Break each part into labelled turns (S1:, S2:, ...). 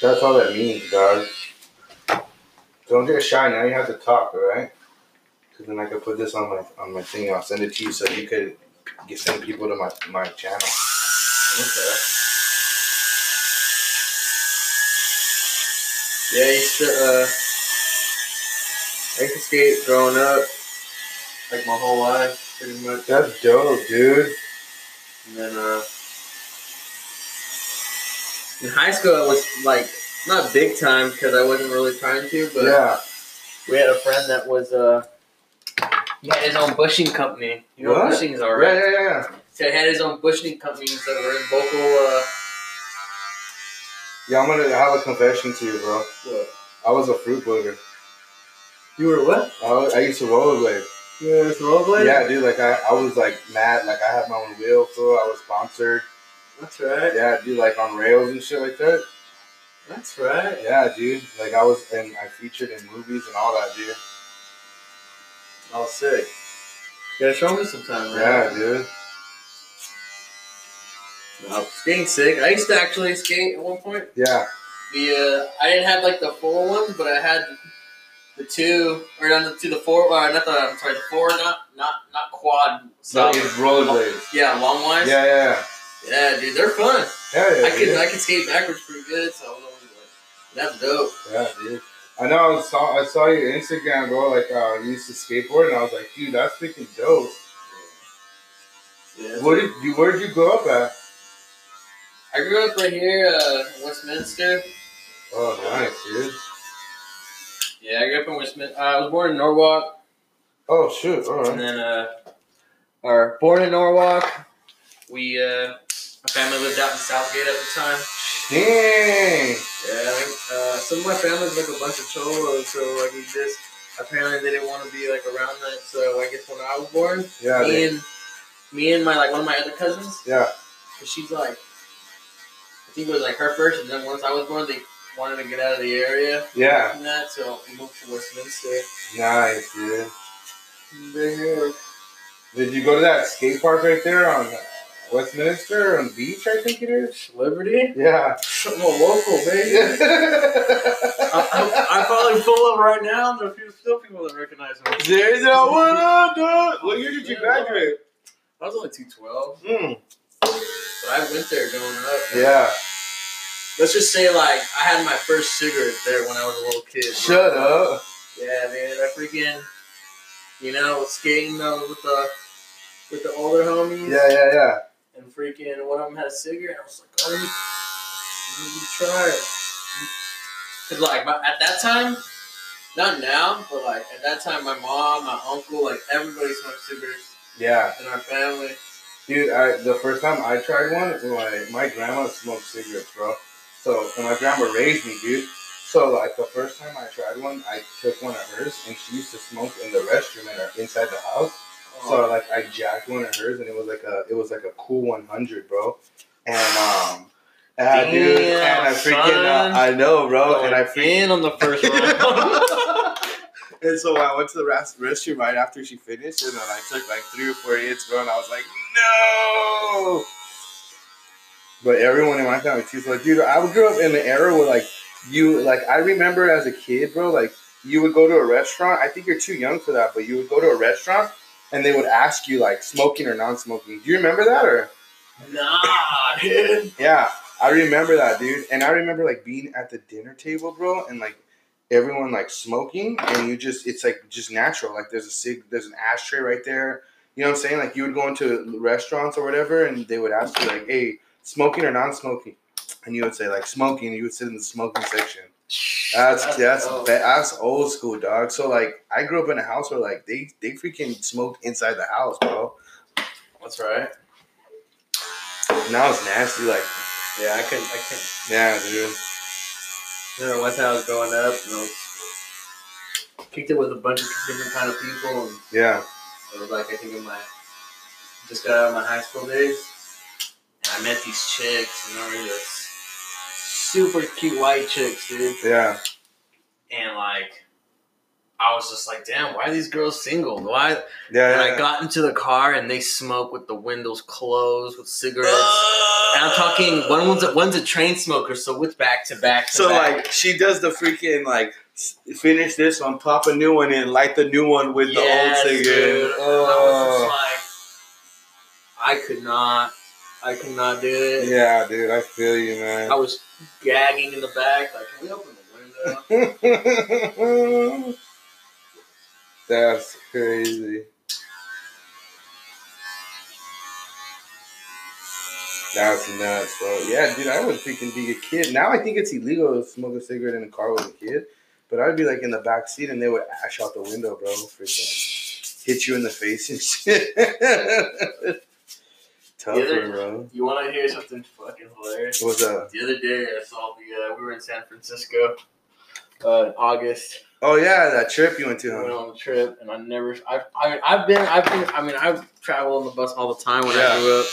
S1: That's all that means, guys. Don't get shy. Now you have to talk, all right? Because then I could put this on my on my thing. I'll send it to you so you could get send people to my my channel. Okay.
S2: Yeah, I used to, uh, I used to skate growing up, like my whole life, pretty much.
S1: That's dope, dude.
S2: And then, uh, in high school, I was like, not big time because I wasn't really trying to, but
S1: yeah.
S2: we had a friend that was, uh, he had his own bushing company. You know
S1: What?
S2: what bushing is, all
S1: Yeah,
S2: right?
S1: yeah, yeah.
S2: So he had his own bushing company, so we're in vocal, uh,
S1: Yeah, I'm gonna have a confession to you, bro.
S2: What?
S1: I was a fruit booger.
S2: You were what?
S1: I, was, I used to rollerblade.
S2: You were a rollerblade?
S1: Yeah, dude. Like I, I was like mad. Like I had my own wheel, so I was sponsored.
S2: That's right.
S1: Yeah, dude. Like on rails and shit like that.
S2: That's right.
S1: Yeah, dude. Like I was, and I featured in movies and all that, dude.
S2: All sick. You gotta show me sometime, right?
S1: Yeah, dude.
S2: No, skating sick. I used to actually skate at one point.
S1: Yeah,
S2: The uh, I didn't have like the four ones, but I had the two or not the two the four or not the I'm sorry the four not not not quad.
S1: no,
S2: So
S1: it's rollerblades.
S2: yeah, long
S1: Yeah,
S2: ones.
S1: yeah, yeah.
S2: Yeah, dude, they're fun.
S1: Hell yeah,
S2: I can
S1: dude.
S2: I can skate backwards pretty good, so I was always like, that's dope.
S1: Yeah, dude. I know. I saw I saw your Instagram, bro. Like uh, you used to skateboard, and I was like, dude, that's freaking dope.
S2: Yeah.
S1: Where did you Where did you grow up at?
S2: I grew up right here, uh, in Westminster.
S1: Oh, nice, dude.
S2: Yeah, I grew up in Westminster. Uh, I was born in Norwalk.
S1: Oh shoot! All
S2: And
S1: right.
S2: then, uh, are born in Norwalk. We, uh, my family lived out in Southgate at the time.
S1: Dang.
S2: Yeah, like, uh, some of my family's like a bunch of cholos, so like we just apparently they didn't want to be like around that. So I guess when I was born,
S1: Yeah.
S2: me
S1: dude.
S2: and me and my like one of my other cousins,
S1: Yeah.
S2: 'cause she's like, I think it was like her first, and then once I was born, they wanted to get out of the area
S1: Yeah.
S2: and that, so we moved to Westminster.
S1: Nice, dude.
S2: And they're here.
S1: Did you go to that skate park right there on Westminster on Beach? I think it is.
S2: Liberty?
S1: Yeah.
S2: I'm a local, baby. I, I, I probably pull up right now. and There's few- still people that recognize me.
S1: There's a one up, dog. What year did you graduate?
S2: I was only 212,
S1: Mm.
S2: but I went there growing up.
S1: Yeah.
S2: Let's just say, like, I had my first cigarette there when I was a little kid.
S1: Shut up.
S2: Yeah, man. I freaking, you know, skating uh, with the with the older homies.
S1: Yeah, yeah, yeah.
S2: And freaking, one of them had a cigarette. And I was like, oh, let me, let me try it. Cause like my, at that time, not now, but like at that time, my mom, my uncle, like everybody smoked cigarettes
S1: Yeah.
S2: in our family.
S1: Dude, I, the first time I tried one, my, my grandma smoked cigarettes, bro. So, and my grandma raised me, dude. So, like, the first time I tried one, I took one of hers, and she used to smoke in the restroom and inside the house.
S2: Um,
S1: So, like, I jacked one of hers, and it was like a, it was like a cool 100, bro. And, um, ah, dude,
S2: Damn,
S1: and I freaking,
S2: son.
S1: uh, I know, bro, and I freaking,
S2: in on the first
S1: and so I went to the rest- restroom right after she finished, and then I took like three or four hits, bro, and I was like, no. But everyone in my family too. So, like, dude, I grew up in the era where like you, like I remember as a kid, bro, like you would go to a restaurant. I think you're too young for that, but you would go to a restaurant and they would ask you like smoking or non-smoking. Do you remember that or?
S2: nah, dude.
S1: Yeah, I remember that, dude. And I remember like being at the dinner table, bro, and like everyone like smoking, and you just it's like just natural. Like there's a cig, there's an ashtray right there. You know what I'm saying? Like you would go into restaurants or whatever, and they would ask you like, "Hey, smoking or non-smoking?" And you would say like smoking. and You would sit in the smoking section. That's that's that's,
S2: dope.
S1: that's old school, dog. So like I grew up in a house where like they they freaking smoked inside the house, bro.
S2: That's right.
S1: Now it's nasty, like
S2: Yeah, I couldn't. I couldn't.
S1: yeah, dude.
S2: Remember one time I was growing up, and I was kicked it with a bunch of different kind of people, and
S1: Yeah,
S2: it was like I think in my just got out of my high school days, and I met these chicks, and they were just super cute white chicks, dude,
S1: yeah,
S2: and like I was just like, damn, why are these girls single? Why?
S1: Yeah.
S2: And
S1: yeah,
S2: I
S1: yeah.
S2: got into the car and they smoke with the windows closed with cigarettes. And
S1: I'm
S2: I'm talking one one's a, one's a train smoker, so with back to back. To
S1: So
S2: back.
S1: like she does the freaking like s- finish this one, pop a new one in, light the new one with
S2: Yes,
S1: the old
S2: dude.
S1: cigarette. Oh.
S2: I was just like, I could not, I could not do it.
S1: Yeah, dude, I feel you,
S2: I
S1: man.
S2: was gagging in the back, like, can we open the window?
S1: That's crazy. That's nuts, bro. Yeah, dude, I would freaking be a kid. Now I think it's illegal to smoke a cigarette in a car with a kid, but I'd be like in the back seat and they would ash out the window, bro. Freaking hit you in the face and shit. Tough,
S2: Yeah.
S1: bro.
S2: you want to hear something fucking hilarious?
S1: What's up?
S2: The other day, I saw the. Uh, we were in San Francisco, uh, in August.
S1: Oh yeah, that trip you went to,
S2: We went
S1: huh?
S2: on a trip, and I never. I, I mean, I've been. I've been. I mean, I've traveled on the bus all the time when
S1: Yeah.
S2: I grew up.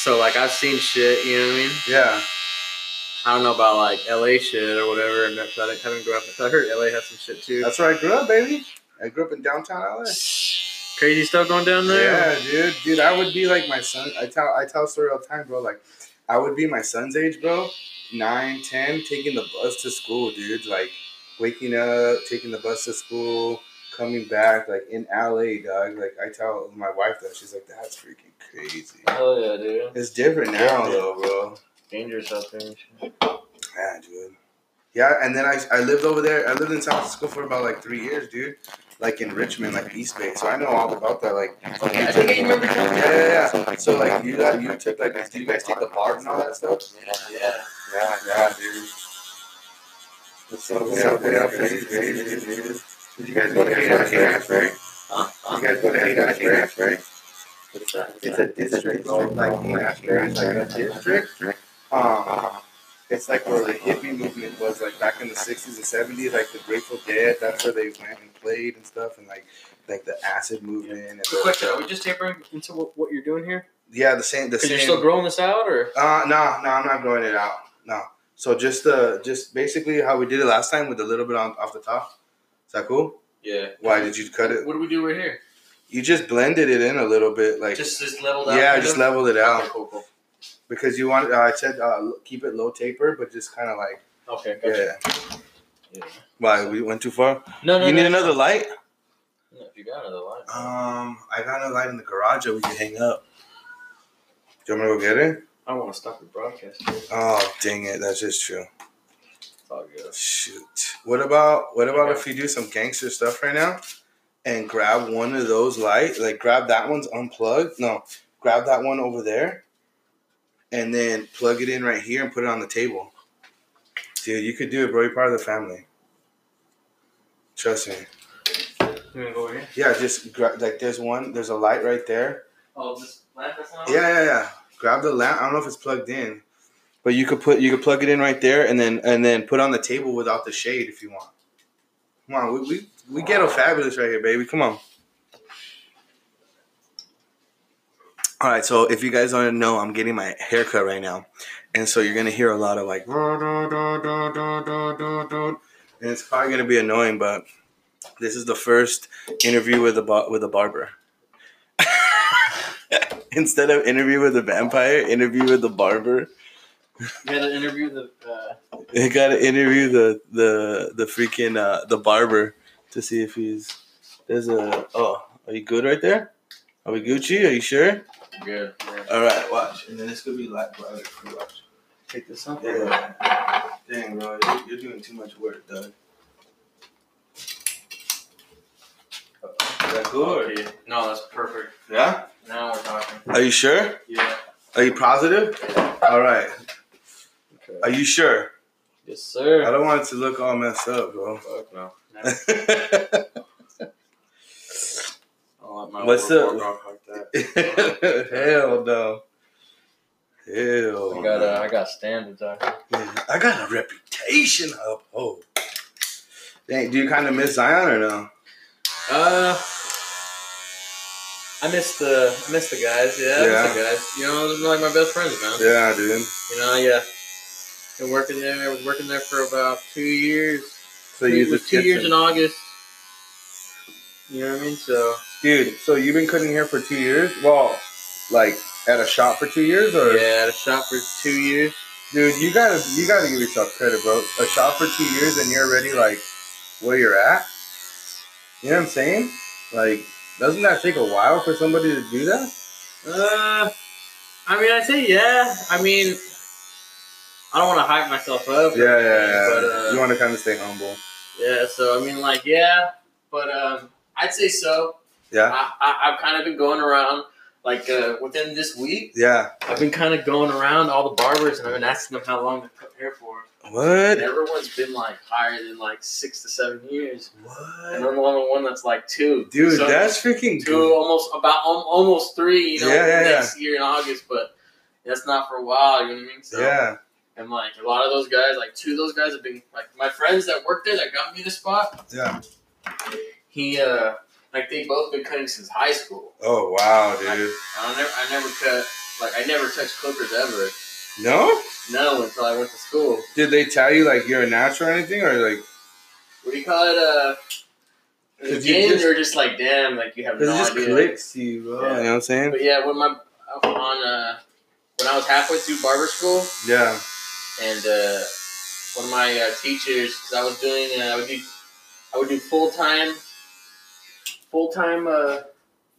S2: So like, I've seen shit. You know what I mean?
S1: Yeah.
S2: I don't know about like LA shit or whatever, and that's I haven't grown up. I heard LA has some shit too.
S1: That's where I grew up, baby. I grew up in downtown LA.
S2: Crazy stuff going down there.
S1: Yeah, dude, dude, I would be like my son. I tell, I tell story all the time, bro. Like, I would be my son's age, bro, nine, ten, taking the bus to school, dude. Like, waking up, taking the bus to school, coming back, like in LA, dog. Like, I tell my wife that she's like, that's freaking crazy.
S2: Hell yeah, dude.
S1: It's different now, though, bro.
S2: Dangerous out there. and shit.
S1: Yeah, dude. Yeah, and then I, I lived over there. I lived in San Francisco for about like three years, dude. Like in Richmond, like East Bay. So I know all about that. Like,
S2: I think I remember
S1: yeah, yeah, yeah. So like you, uh, you took like, do you guys take the bars and all that stuff?
S2: Yeah.
S1: Yeah, yeah, dude. What's up? What's up? What's up? You guys go to Haidas, right? You guys go to Haidas, right? It's a district, so like Haidas, it's like a district. Um, it's like where the hippie movement was, like back in the '60s and '70s, like the Grateful Dead. That's where they went and played and stuff, and like like the acid movement. And
S2: Quick question: Are
S1: the,
S2: we just tapering into what, what you're doing here?
S1: yeah, the same. The
S2: Because
S1: same.
S2: you're still growing this out, or
S1: Uh, no, no, I'm not growing it out. No. So just the just basically how we did it last time with a little bit on off the top. Is that cool?
S2: yeah?
S1: Why did you cut it?
S2: What do we do right here?
S1: You just blended it in a little bit, like
S2: Just just leveled out.
S1: yeah,
S2: kind
S1: just
S2: of?
S1: leveled it
S2: Okay,
S1: out
S2: cool, cool.
S1: because you want. Uh, I said uh, l- keep it low taper, but just kind of like
S2: Okay, gotcha.
S1: yeah. Why we went too far?
S2: No, no,
S1: you
S2: no.
S1: need another light?
S2: No, if you got another line.
S1: Um, I got another light in the garage that we can hang up. Do you want me to go get it?
S2: I don't want to stop the broadcast. It's
S1: Oh dang it! That's just true.
S2: all good.
S1: Shoot. What about what about
S2: Okay.
S1: if you do some gangster stuff right now and grab one of those light, like grab that one's unplugged. No, grab that one over there and then plug it in right here and put it on the table. Dude, you could do it, bro. You're part of the family. Trust me.
S2: You wanna go over here?
S1: Yeah, just grab like there's one, there's a light right there.
S2: Oh, just lamp that's not.
S1: Yeah, yeah, yeah. Grab the lamp. I don't know if it's plugged in, but you could put you could plug it in right there, and then and then put on the table without the shade if you want. Come on, we we, we ghetto fabulous right here, baby. Come on. All right, so if you guys don't know, I'm getting my haircut right now, and so you're gonna hear a lot of like, and it's probably gonna be annoying, but this is the first interview with a bar- with a barber. Instead of interview with a vampire, interview with the barber.
S2: You had an interview with the. Uh,
S1: They got to interview the the the freaking uh, the barber to see if he's there's a oh are you good right there? Are we Gucci? Are you sure?
S2: good.
S1: All right, watch. And then this could be like watch.
S2: Take this off.
S1: Yeah. Dang, bro, you're, you're doing too much work, Doug. Is that cool? or-
S2: Okay. No, that's perfect.
S1: Yeah.
S2: Now we're talking.
S1: Are you sure?
S2: Yeah.
S1: Are you positive? All right.
S2: Okay.
S1: Are you sure?
S2: Yes,
S1: I
S2: sir.
S1: don't want it to look all messed up, bro.
S2: Fuck no. I'll let my
S1: What's
S2: work
S1: up?
S2: work off like that.
S1: Hell no. Hell.
S2: I got
S1: no.
S2: uh, I got standards. out here.
S1: I got a reputation up. Oh. Dang, do you kind of miss Zion or no?
S2: Uh, I miss the I miss the guys. Yeah, I
S1: Yeah.
S2: miss the guys. You know, they're like my best friends, man.
S1: Yeah, dude.
S2: You know, yeah. Been working there. I was working there for about two years.
S1: So
S2: two,
S1: you
S2: it was
S1: just
S2: two
S1: get
S2: years
S1: to-
S2: in August. You know what I mean? So
S1: Dude, so you've been cutting hair for two years? Well, like at a shop for two years, or
S2: yeah, I had a shop for two years.
S1: dude, you gotta you gotta give yourself credit, bro. A shop for two years and you're already like where you're at. You know what I'm saying? Like, doesn't that take a while for somebody to do that?
S2: Uh, I mean, I say yeah. I mean, I don't want to hype myself up.
S1: Yeah, yeah, yeah.
S2: But, uh,
S1: you want to kind of stay humble.
S2: Yeah, so I mean, like, yeah, but um, I'd say so.
S1: Yeah.
S2: I, I, I've kind of been going around, like, uh, within this week,
S1: Yeah.
S2: I've been kind of going around all the barbers and I've been asking them how long they cut hair for. And
S1: What?
S2: everyone's been like higher than like six to seven years, and
S1: What?
S2: I'm the only one that's like two.
S1: Dude,
S2: So-
S1: that's freaking
S2: two,
S1: good.
S2: almost about al- almost three. You know,
S1: Yeah, yeah,
S2: next year in August, but that's not for a while. You know what I mean? So,
S1: Yeah.
S2: And like a lot of those guys, like two of those guys have been like my friends that worked there that got me the spot.
S1: Yeah.
S2: He uh like they both been cutting since high school.
S1: Oh wow, dude.
S2: I don't never I never cut like I never touched clippers ever.
S1: No?
S2: No, until I went to school.
S1: Did they tell you like you're a natural or anything, or like?
S2: What do you call it? Uh,
S1: Did you
S2: games
S1: just-
S2: are just like damn, like you have no
S1: Because it just
S2: idea.
S1: clicks to you, bro.
S2: Yeah.
S1: You know what I'm saying?
S2: But yeah, when my on uh when I was halfway through barber school,
S1: Yeah.
S2: and uh, one of my uh, teachers, because I was doing, uh, I would do, I would do full time, full time, uh,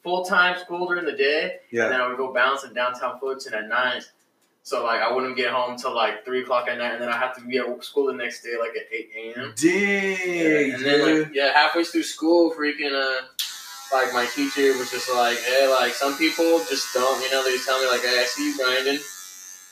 S2: full time school during the day, and
S1: Yeah.
S2: then I would go bounce in downtown Fullerton at night. So like I wouldn't get home till like three o'clock at night, and then I have to be at school the next day like at eight a.m.
S1: Dang,
S2: and then
S1: dude.
S2: like yeah, halfway through school, freaking uh. Like my teacher was just like, hey, like some people just don't, you know. They just tell me like, hey, I see you grinding,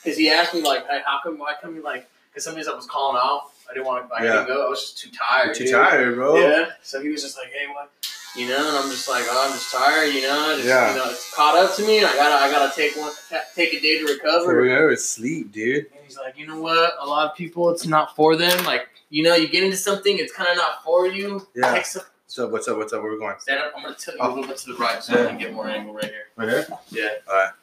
S2: because he asked me like, hey, how come, why come you like? Because some days I was calling out, I didn't want to, I
S1: Yeah.
S2: couldn't go. I was just too tired.
S1: You're too
S2: dude.
S1: tired, bro.
S2: Yeah. So he was just like, hey, what? You know, and I'm just like, oh, I'm just tired. You know, just,
S1: Yeah.
S2: you know, it's caught up to me. And I gotta, I gotta take one, ta- take a day to recover.
S1: Three hours sleep, dude.
S2: And he's like, you know what? A lot of people, it's not for them. Like, you know, you get into something, it's kind of not for you.
S1: Yeah.
S2: Take some-
S1: So what's up? What's up? Where we going?
S2: stand up. I'm gonna tilt you
S1: Oh.
S2: a little bit to the right, so I can get more angle right here.
S1: Right here.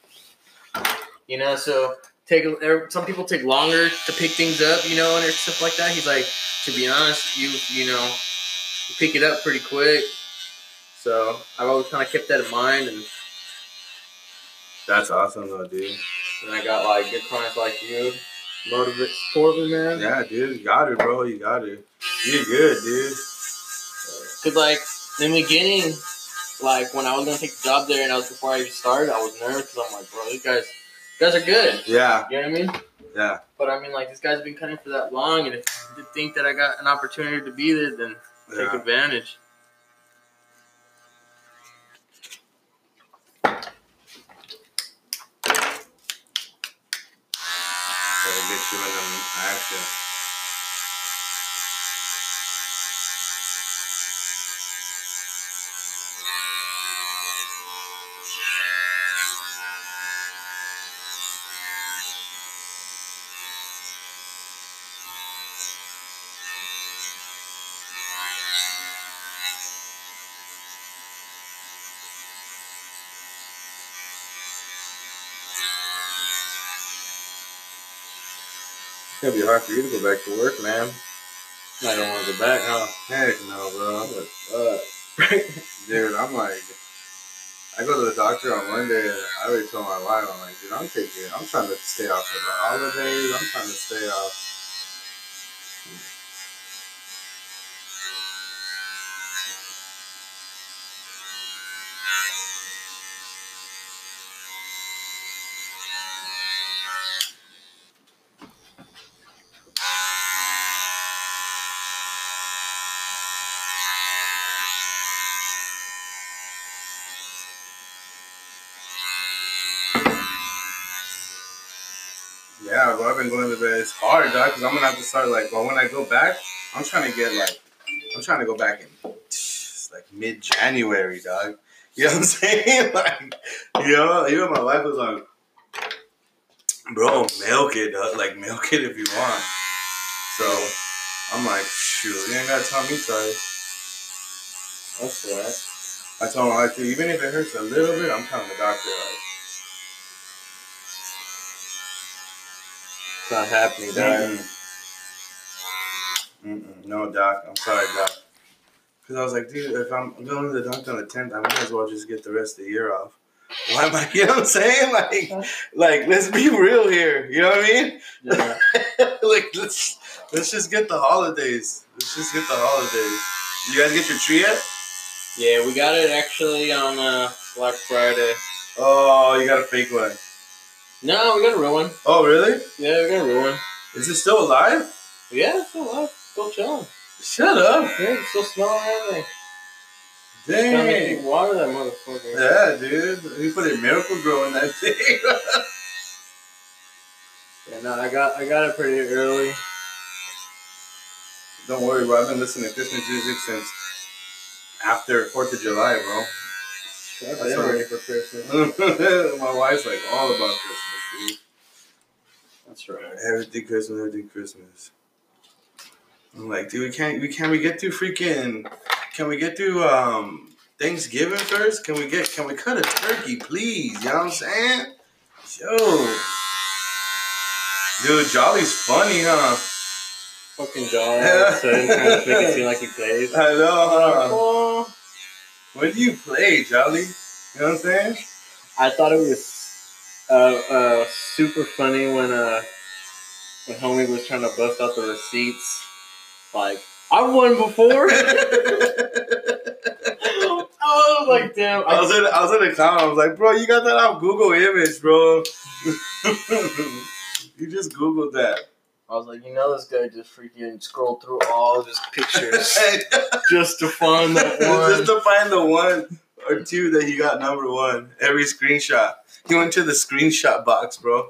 S2: You know, so take there- some people take longer to pick things up, you know, and stuff like that. He's like, to be honest, you you know, you pick it up pretty quick. So I've always kind of kept that in mind, and
S1: That's awesome, though, dude.
S2: then I got like good clients like you, motivate, support me, man.
S1: Yeah, dude. You got it, bro. You got it. You're good, dude.
S2: Cause like in the beginning, like when I was gonna take the job there, and I was before I even started, I was nervous because I'm like, bro, these guys, you guys are good.
S1: Yeah.
S2: You know what I mean?
S1: Yeah.
S2: But I mean, like this guy's been cutting for that long, and if you think that I got an opportunity to be there, then take
S1: yeah.
S2: advantage.
S1: Gotta get you in them action. It's gonna be hard for you to go back to work, man.
S2: I don't want to go back, huh?
S1: Heck no, bro. I'm like, fuck. Dude, I'm like, I go to the doctor on Monday and I already told my wife, I'm like, dude, I'm taking, I'm trying to stay off of the holidays. I'm trying to stay off. Yeah, bro, I've been going to bed. It's hard, dog, because I'm gonna have to start like, well, when I go back, I'm trying to get like, I'm trying to go back in like mid January, dog. You know what I'm saying? like, you know, even my wife was like, bro, milk it, dog. Like, milk it if you want. So I'm like, shoot, you ain't gotta tell me twice.
S2: That's right.
S1: I told my wife, dude, even if it hurts a little bit, I'm telling the doctor, like,
S2: It's not happening,
S1: Mm-mm. Mm-mm. No, Doc. I'm sorry, Doc. Because I was like, dude, if I'm going to the dunk on the tenth, I might as well just get the rest of the year off. Why am I? You know what I'm saying? Like, like let's be real here. You know what I mean?
S2: Yeah.
S1: like let's let's just get the holidays. Let's just get the holidays. You guys get your tree yet?
S2: yeah, we got it actually on uh, Black Friday.
S1: Oh, you got a fake one.
S2: No, we got a real one.
S1: Oh, really?
S2: Yeah, we got a real one.
S1: Is it still alive?
S2: Yeah, it's still alive. Still chilling.
S1: Shut up!
S2: Yeah, it's still smelling everything. Gotta make
S1: Dang.
S2: you water that motherfucker.
S1: Yeah, dude. You put a miracle grow in that thing.
S2: Yeah, no, I got I got it pretty early.
S1: Don't worry, bro. I've been listening to Christmas music since after Fourth of July, bro.
S2: I've
S1: That's
S2: been
S1: all right.
S2: ready for Christmas.
S1: My wife's like all about Christmas,
S2: That's right.
S1: dude. Everything Christmas, everything Christmas. I'm like, dude, we can't, we can we get through freaking, can we get through um Thanksgiving first? Can we get, can we cut a turkey, please? You know what I'm saying? Yo, dude, Jolly's funny, huh?
S2: Fucking jaw. So it kind of make it seem like he plays.
S1: I know. Huh?
S2: Oh,
S1: What do you play, Jolly? You know what I'm saying?
S2: I thought it was uh, uh, super funny when uh, when homie was trying to bust out the receipts. Like I won before. I was like, damn.
S1: I was
S2: I,
S1: in I was in the clown. I was like, bro, you got that off Google image, bro. you just Googled that.
S2: I was like, you know, this guy just freaking scrolled through all of his pictures
S1: just
S2: just to find that one.
S1: to find the one or two that he got number one. Every screenshot. He went to the screenshot box, bro.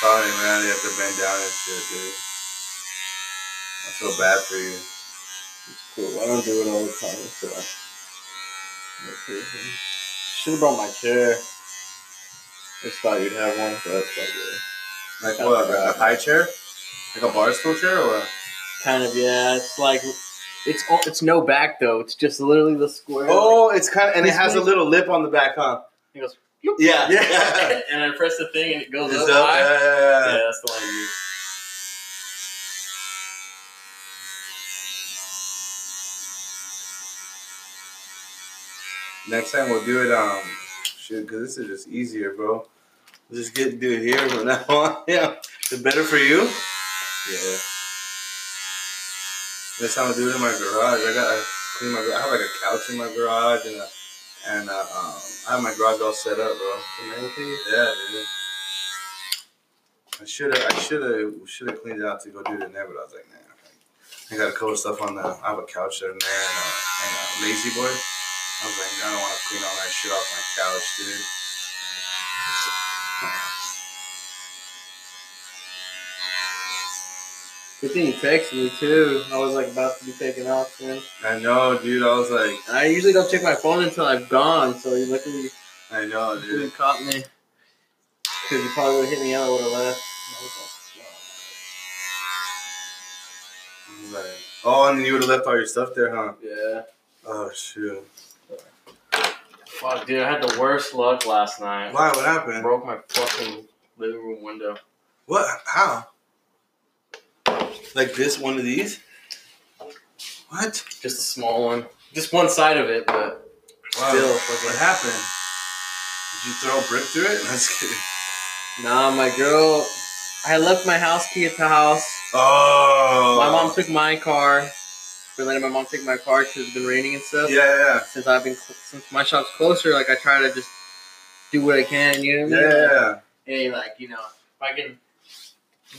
S1: Sorry, man. You have to bend down and shit, dude. I feel bad for you.
S2: It's cool. I don't do it all the time. So I... Should have brought my chair. Just thought you'd have one, but that's like uh, it.
S1: Like what? Like a high chair? Like a bar stool chair or what?
S2: Kind of, yeah. It's like it's all, it's no back though. It's just literally the square.
S1: Oh, it's kind of, and it has a little lip on the back, huh?
S2: it goes.
S1: Yeah. Yeah.
S2: and I press the thing and it goes
S1: Is
S2: up.
S1: that-
S2: high.
S1: yeah, yeah,
S2: yeah,
S1: yeah.
S2: that's the one I use.
S1: Next time we'll do it, um, shit, because this is just easier, bro. Just get do it here from now on. Yeah, the better for you.
S2: Yeah.
S1: Next time I'll do it in my garage. I gotta clean my. gar- I have like a couch in my garage and a, and a, um, I have my garage all set up, bro. Yeah, dude. I should have, I should have, should have cleaned it out to go do it in there, but I was like, nah. I got a couple of stuff on the. I have a couch there and there and a, and a lazy boy. I was like, I don't want to clean all that shit off my couch, dude.
S2: Good thing you texted me too. I was like about to be taken off, man.
S1: I know, dude. I was like,
S2: I usually don't check my phone until I've gone, so you luckily
S1: I know,
S2: You
S1: Oh, dude.
S2: have caught me. Because you probably would have hit me out, I would have left.
S1: I was like, oh, and you would have left all your stuff there, huh?
S2: Yeah.
S1: Oh shoot.
S2: Fuck, dude, I had the worst luck last night.
S1: Why? What
S2: I
S1: happened?
S2: broke my fucking living room window.
S1: What? How? Like this one of these? What?
S2: Just a small one. Just one side of it, but
S1: Wow.
S2: Still,
S1: what happened? Did you throw a brick through it? No, just kidding.
S2: nah, my girl. I had left my house key at the house.
S1: Oh.
S2: My mom took my car. We letting my mom take my car because it's been raining and stuff.
S1: Yeah, yeah,
S2: Since I've been cl- since my shop's closer, like I try to just do what I can. You know
S1: yeah,
S2: what I mean?
S1: yeah.
S2: hey, like, you know, if I can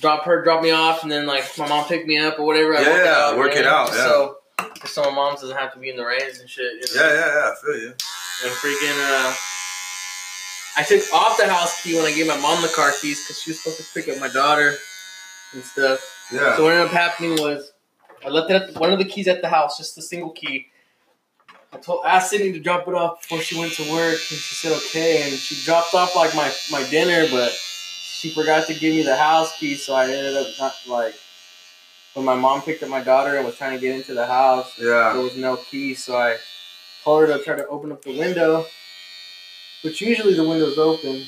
S2: drop her, drop me off, and then, like, if my mom pick me up or whatever, I work it
S1: Yeah,
S2: out.
S1: work
S2: you
S1: it
S2: know?
S1: out,
S2: Just
S1: yeah.
S2: So, just so my mom doesn't have to be in the rain and shit. You
S1: Yeah,
S2: know?
S1: yeah, yeah. I feel you.
S2: And freaking, uh, I took off the house key when I gave my mom the car keys because she was supposed to pick up my daughter and stuff. So
S1: Yeah.
S2: what ended up happening was I left it at one of the keys at the house, just the single key. I told I asked Sydney to drop it off before she went to work, and she said okay. And she dropped off like my my dinner, but she forgot to give me the house key, so I ended up not like when my mom picked up my daughter and was trying to get into the house. There
S1: Yeah.
S2: was no key, so I told her to try to open up the window, which usually the window's open,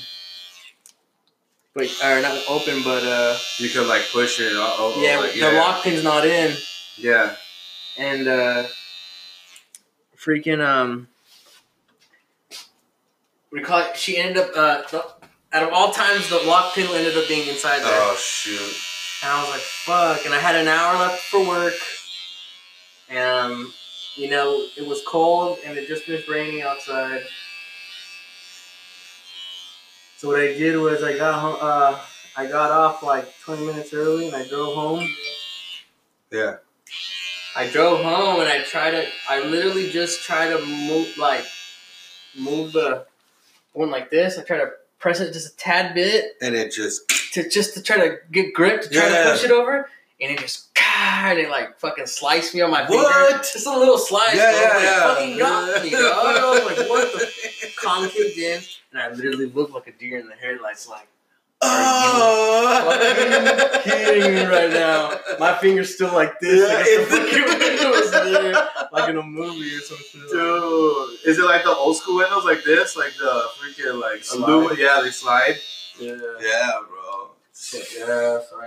S2: but or not open, but uh,
S1: You could like push it. Uh oh.
S2: yeah,
S1: like,
S2: the lock pin's not in.
S1: Yeah.
S2: and uh, freaking um, what do you call it? She ended up uh, the, out of all times, the lock pill ended up being inside there,
S1: Oh shoot!
S2: and I was like, "Fuck!" And I had an hour left for work, um, you know, it was cold and it just finished raining outside. So what I did was I got home, uh, I got off like 20 minutes early and I drove home.
S1: Yeah.
S2: I drove home and I tried to. I literally just tried to move, like, move the one like this. I tried to press it just a tad bit
S1: And it just
S2: to just to try to get grip to try
S1: Yeah.
S2: to push it over, and it just ah, and it like fucking sliced me on my finger.
S1: What?
S2: Just a little slice.
S1: yeah,
S2: bro,
S1: yeah,
S2: but
S1: yeah.
S2: it Fucking got me, dog. I was like, what the concaved in, and I literally looked like a deer in the headlights. Like,
S1: Oh!
S2: fucking kidding me right now? My finger's still like this.
S1: Yeah,
S2: like,
S1: it's-
S2: the fucking window was there, like in a movie or something.
S1: Dude, is it like the old school windows like this, like the freaking like
S2: Slide.
S1: aluminum? Yeah, they slide.
S2: Yeah.
S1: Yeah, bro.
S2: Yeah, sign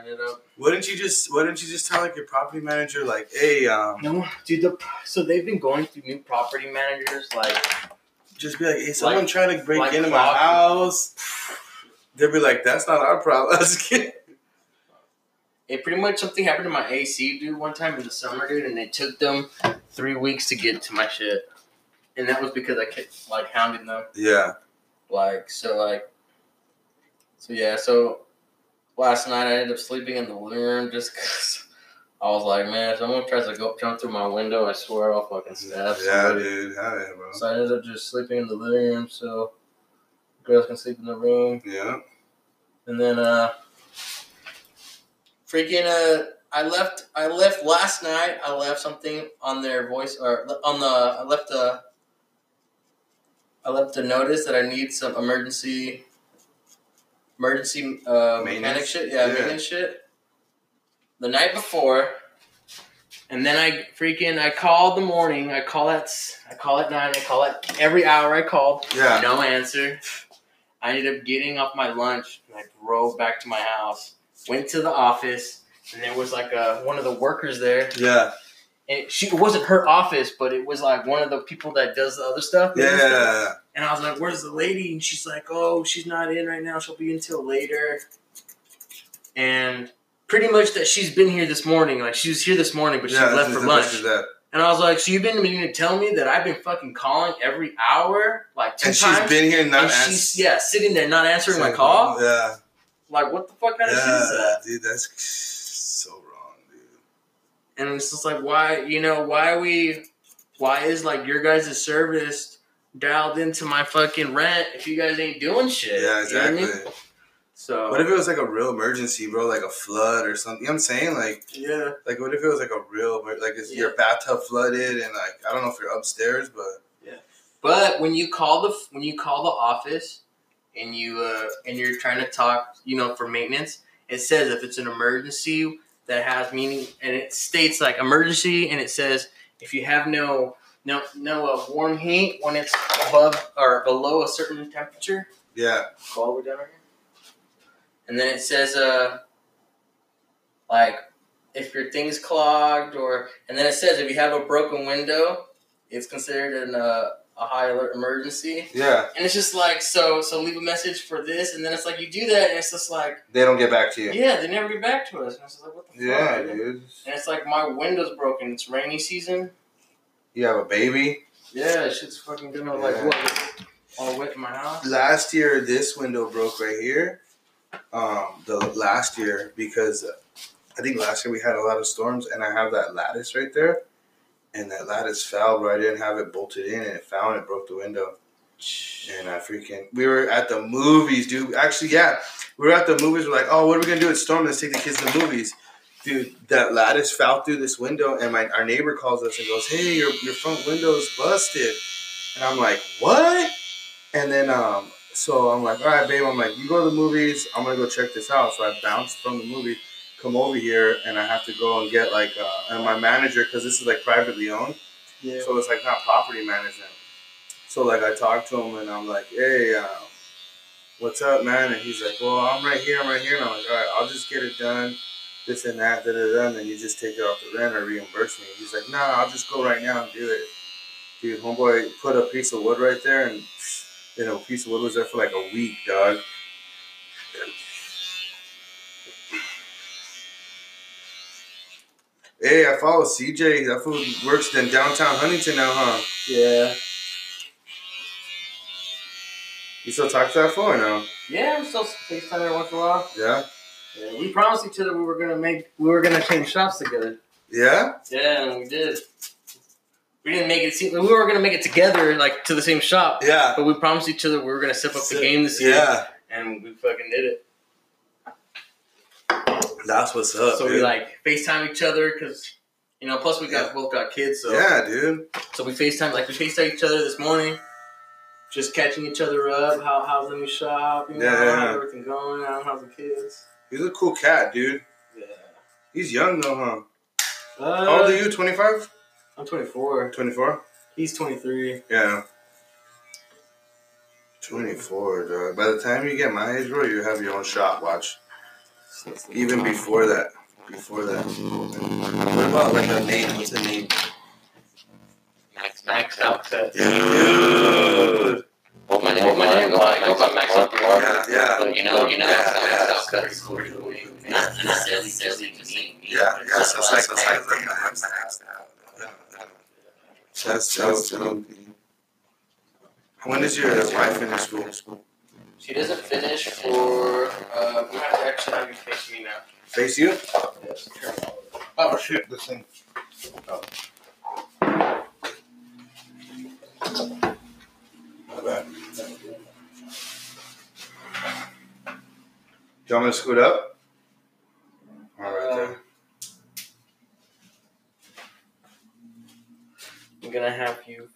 S2: it up.
S1: Why didn't you just Why didn't you just tell like your property manager like, hey, um,
S2: No, dude. The, so they've been going through new property managers, like
S1: just be like, hey, someone
S2: Like-
S1: trying to break
S2: like
S1: into my
S2: clock.
S1: house. They'd be like, that's not our problem. I'm just kidding.
S2: it pretty much something happened to my AC dude one time in the summer, dude, and it took them three weeks to get to my shit, and that was because I kept like hounding them,
S1: yeah,
S2: like so, like so, yeah. So last night I ended up sleeping in the living room just because I was like, man, if someone tries to go jump through my window, I swear I'll fucking stab
S1: yeah,
S2: somebody.
S1: dude, hell yeah, bro.
S2: so I ended up just sleeping in the living room, so girls can sleep in the room.
S1: Yeah,
S2: And then uh freaking uh I left I left last night I left something on their voice or on the I left a I left a notice that I need some emergency emergency uh mechanic
S1: Maintenance?
S2: shit, yeah,
S1: Yeah.
S2: maintenance shit. The night before and then I freaking I called the morning, I call at s- I call at 9, I call at every hour I called.
S1: yeah.
S2: No answer. I ended up getting off my lunch and I drove back to my house. Went to the office and there was like a, one of the workers there.
S1: Yeah,
S2: And she it wasn't her office, but it was like one of the people that does the other stuff.
S1: yeah,
S2: And I was like, "Where's the lady?" And she's like, "Oh, she's not in right now. She'll be until later." And pretty much that she's been here this morning. Like she was here this morning, but she
S1: yeah.
S2: left
S1: this
S2: for
S1: is-
S2: lunch.
S1: this is that.
S2: And I was like, "So you've been meaning to tell me that I've been fucking calling every hour, like two
S1: And
S2: times?"
S1: she's been here not
S2: and she's
S1: answering
S2: yeah sitting there not answering my call.
S1: Yeah,
S2: Like what the fuck kind of shit is
S1: yeah,
S2: that?
S1: dude, that's so wrong, dude.
S2: And it's just like why you know why we why is like your guys' service dialed into my fucking rent if you guys ain't doing shit?
S1: Yeah,
S2: You know what I mean?
S1: exactly.
S2: So
S1: What if it was like a real emergency, bro? Like a flood or something. You know what I'm saying? Like,
S2: yeah,
S1: like what if it was like a real, emer- like is your
S2: Yeah.
S1: bathtub flooded and like I don't know if you're upstairs, but
S2: but when you call the when you call the office and you uh, and you're trying to talk you know for maintenance, it says if it's an emergency that has meaning and it states like emergency and it says if you have no No, no. Uh, warm heat when it's above or below a certain temperature.
S1: yeah,
S2: Go all the way down right here. And then it says, uh, like if your thing's clogged or, and then it says if you have a broken window, it's considered an uh, a high alert emergency.
S1: yeah,
S2: And it's just like so. So leave a message for this, and then it's like you do that, and it's just like
S1: they don't get back to
S2: yeah,
S1: you.
S2: they never get back to us. And it's just like what the
S1: Yeah,
S2: fuck.
S1: dude.
S2: And it's like my window's broken. It's rainy season.
S1: You have a baby.
S2: Yeah, shit's fucking gonna
S1: Yeah.
S2: like what? All wet in my house.
S1: Last year, this window broke right here. Um, the last year because I think last year we had a lot of storms, and I have that lattice right there, and that lattice fell. But I didn't have it bolted in, and it fell and it broke the window. And I freaking, we were at the movies, dude. Actually, yeah, we were at the movies. We're like, oh, what are we gonna do? It's storm. Let's take the kids to the movies, dude. That lattice fell through this window, and my our neighbor calls us and goes, hey, your your front window's busted. And I'm like, what? And then um, so I'm like, all right, babe. I'm like, you go to the movies. I'm gonna go check this out. So I bounced from the movie, come over here, and I have to go and get like, uh, and my manager, because this is like privately owned.
S2: Yeah.
S1: So it's like not property management. So like I talked to him and I'm like, hey, um, what's up, man? And he's like, well, I'm right here, I'm right here. And I'm like, all right, I'll just get it done. this and that, da da da, and then you just take it off the rent or reimburse me. He's like, no, I'll just go right now and do it. Dude, homeboy put a piece of wood right there, and you know, piece of wood was there for like a week, dog. Hey, I follow CJ. That fool works in downtown Huntington now, huh?
S2: Yeah.
S1: You still talk to that fool or no?
S2: Yeah, we still FaceTime every once in a while.
S1: Yeah?
S2: Yeah, we promised each other we were gonna make we were gonna change shops together.
S1: Yeah?
S2: Yeah, and we did. We didn't make it seem we were gonna make it together, like to the same shop.
S1: Yeah.
S2: But we promised each other we were gonna step up the
S1: So-
S2: game this year.
S1: Yeah.
S2: And we fucking did it.
S1: That's what's up.
S2: so
S1: dude.
S2: we like FaceTime each other because you know, plus we got both got kids, so
S1: Yeah, dude.
S2: so we FaceTime like we FaceTime each other this morning. Just catching each other up, how how's the new shop, you know,
S1: Yeah, yeah, yeah.
S2: how's everything going, how's the kids?
S1: He's a cool cat, dude.
S2: Yeah.
S1: He's young though, huh?
S2: Uh,
S1: How old are you? 25?
S2: I'm 24.
S1: 24?
S2: He's 23.
S1: Yeah. 24, dog. By the time you get my age, bro, you have your own shop. Watch. Even before that. Before that. What about like a name? What's a name?
S3: Max Max Outfit.
S1: Dude.
S3: Well, my name, my name, like, I go by Max Outfit.
S1: Yeah, yeah.
S3: But you know, you know,
S1: Yeah,
S3: Max
S1: yeah.
S3: Outfit is pretty cool. Not not silly, silly, just name.
S1: Yeah, yeah, so it's like- it's like the Max That's, that's dope. When is your wife in school?
S2: She doesn't finish for. Uh, we have to actually have you face me now.
S1: Face you?
S2: Yes. Oh shit!
S1: This thing. Oh. Do you want me to scoot up? All right,
S2: Um,
S1: there.
S2: I'm gonna have you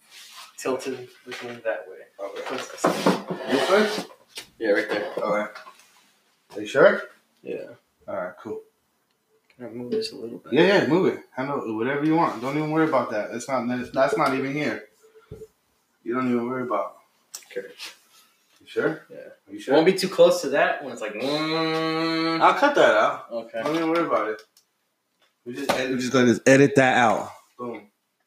S2: tilted looking that way.
S1: Okay. You first?
S2: Yeah, right there.
S1: All right. Are you sure?
S2: Yeah.
S1: All right, cool.
S2: Can I move this a little bit?
S1: Yeah, yeah, move it. Handle whatever you want. Don't even worry about that. It's not. That's not even here. You don't even worry about.
S2: Okay.
S1: You sure?
S2: Yeah.
S1: Are you
S2: It
S1: sure?
S2: won't be too close to that when it's like. Mm,
S1: I'll cut that out.
S2: okay.
S1: Don't even worry about it. We just edit, we just gonna just edit that out. Boom.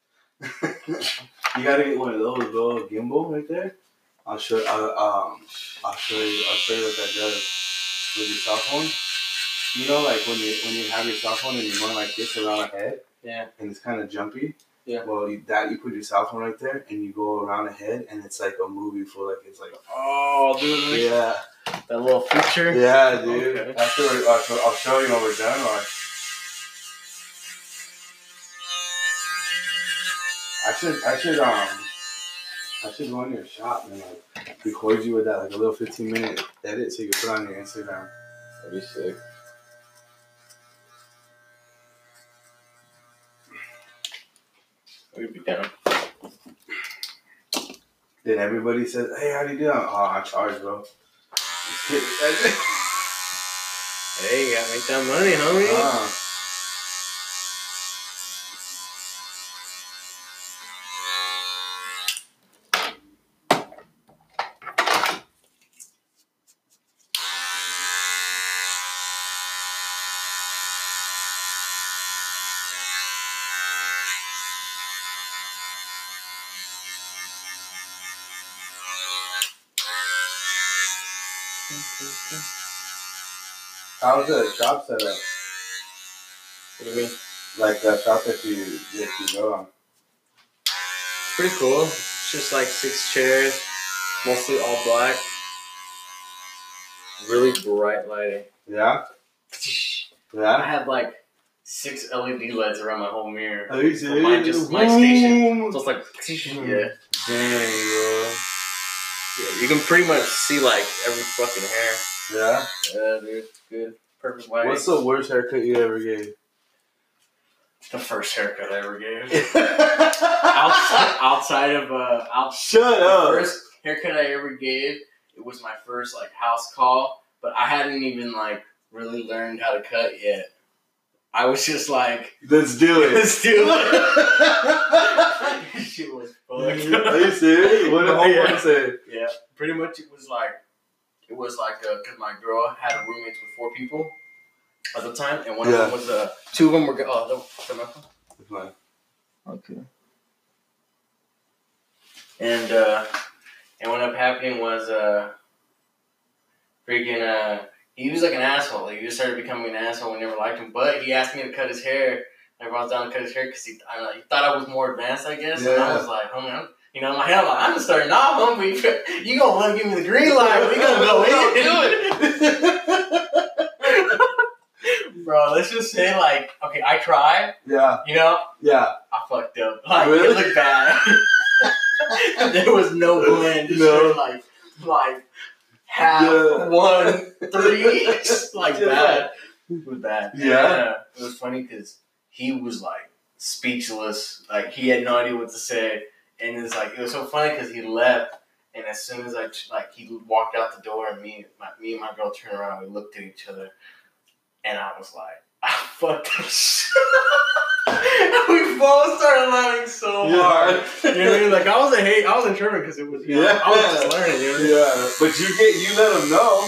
S1: you gotta get one of those little gimbal right there. I'll show I'll, um I'll show you I'll show you what that does with your cell phone. You know, like when you when you have your cell phone and you run like this around a head
S2: Yeah.
S1: and it's kind of jumpy.
S2: Yeah.
S1: Well, you, that you put your cell phone right there and you go around a head and it's like a movie for like it's like
S2: Oh, dude.
S1: yeah
S2: That little feature.
S1: yeah dude.
S2: Okay.
S1: After we- I'll, show, I'll show you when we're done. Or I should, I should, um, I should go in your shop and like record you with that, like a little 15 minute edit so you can put on your Instagram.
S2: That'd be sick. We'd be down.
S1: Then everybody says, hey, how do you do that? Oh, I charge, bro.
S2: Hey, you gotta make that money, homie.
S1: Uh, how's the shop set up?
S2: What do you mean?
S1: Like the shop that you, that you go on?
S2: Pretty cool. It's just like six chairs, mostly all black. Really bright lighting.
S1: Yeah?
S2: I
S1: Yeah?
S2: have like six LED lights around my whole mirror.
S1: Are you
S2: Well, mine just- my station. So it's like, yeah.
S1: Dang, bro.
S2: yeah. You can pretty much see like every fucking hair.
S1: Yeah.
S2: Yeah, dude, it's good. Perfect white.
S1: What's the worst haircut you ever gave?
S2: the first haircut I ever gave?
S1: Shut
S2: outside, outside of uh, outside. The
S1: up.
S2: first haircut I ever gave, it was my first like house call, but I hadn't even like really learned how to cut yet. I was just like,
S1: Let's do it.
S2: let's do
S1: Are
S2: it. Shit was
S1: you
S2: fucked.
S1: serious? What did
S2: Yeah.
S1: homework say?
S2: yeah, pretty much it was like, it was like because my girl had roommates with four people,
S4: at the time, and one of
S1: Yeah.
S4: them was uh, two of them were. go- Oh, don't turn my phone.
S1: It's like,
S2: Okay.
S4: And uh, and what ended up happening was uh, freaking uh, he was like an asshole. Like, he just started becoming an asshole. We never liked him, but he asked me to cut his hair. I was down to cut his hair because he, I don't know, he thought I was more advanced, I guess. And I
S1: Yeah.
S4: was like, homie, I'm, you know, in my head, I'm like, I'm just starting off, homie. You gonna want to give me the green light? We gonna go in? Bro, let's just say like, okay, I tried.
S1: yeah,
S4: You know,
S1: yeah.
S4: I fucked up. Like
S1: Really?
S4: it looked bad. there was no blend. Just
S1: No.
S4: no. like like half
S1: Yeah.
S4: one three. Just like
S1: Yeah.
S4: bad. It was bad.
S1: Yeah.
S4: It was funny because he was like speechless. Like he had no idea what to say. And it's like it was so funny because he left. And as soon as I like he walked out the door, and me, my, me and my girl turned around, we looked at each other, and I was like, I fucked up. we both started laughing so
S1: Yeah.
S4: hard. You know what I mean? Like I was a hate, I was in German because it was. You know, I was just learning. You know? what I mean?
S1: Yeah, but you get you let them know.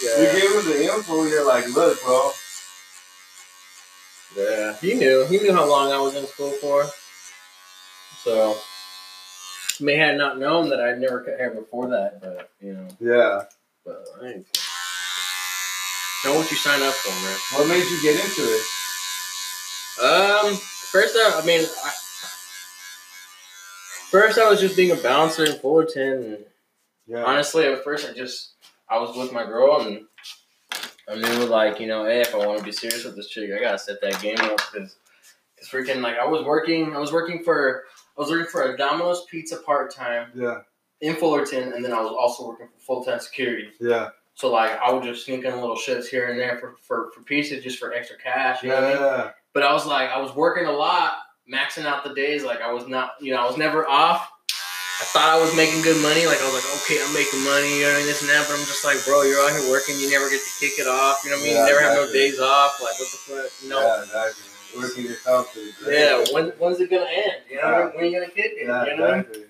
S1: You
S2: Yeah.
S1: give them the info. You're like, look, bro.
S2: yeah. He knew. He knew how long I was in school for. So may had not known that I'd never cut hair before that, but you know,
S1: Yeah.
S2: but I ain't. Know what you sign up for, man.
S1: What made you get into it?
S2: Um, first I, I mean, I, first I was just being a bouncer in Fullerton. And
S1: Yeah.
S2: honestly, at first I just I was with my girl and I knew like you know, hey, if I want to be serious with this chick, I gotta set that game up because it's freaking like I was working, I was working for I was working for a Domino's Pizza part time
S1: Yeah.
S2: in Fullerton, and then I was also working for full time security.
S1: Yeah.
S2: So like I would just sneak in little shifts here and there for for, for pieces just for extra cash. You know what I mean?
S1: Yeah.
S2: But I was like, I was working a lot, maxing out the days. Like I was not, you know, I was never off. I thought I was making good money. Like I was like, okay, I'm making money, you know, and this and that. But I'm just like, bro, you're out here working. You never get to kick it off. You know what I mean?
S1: Yeah,
S2: you never have no
S1: exactly.
S2: days off. Like what the fuck? You know?
S1: Yeah, exactly. Working yourself. is great.
S2: Yeah. When when's it gonna end? You know,
S1: Yeah.
S2: when are you gonna kick it?
S1: Yeah,
S2: you know?
S1: exactly.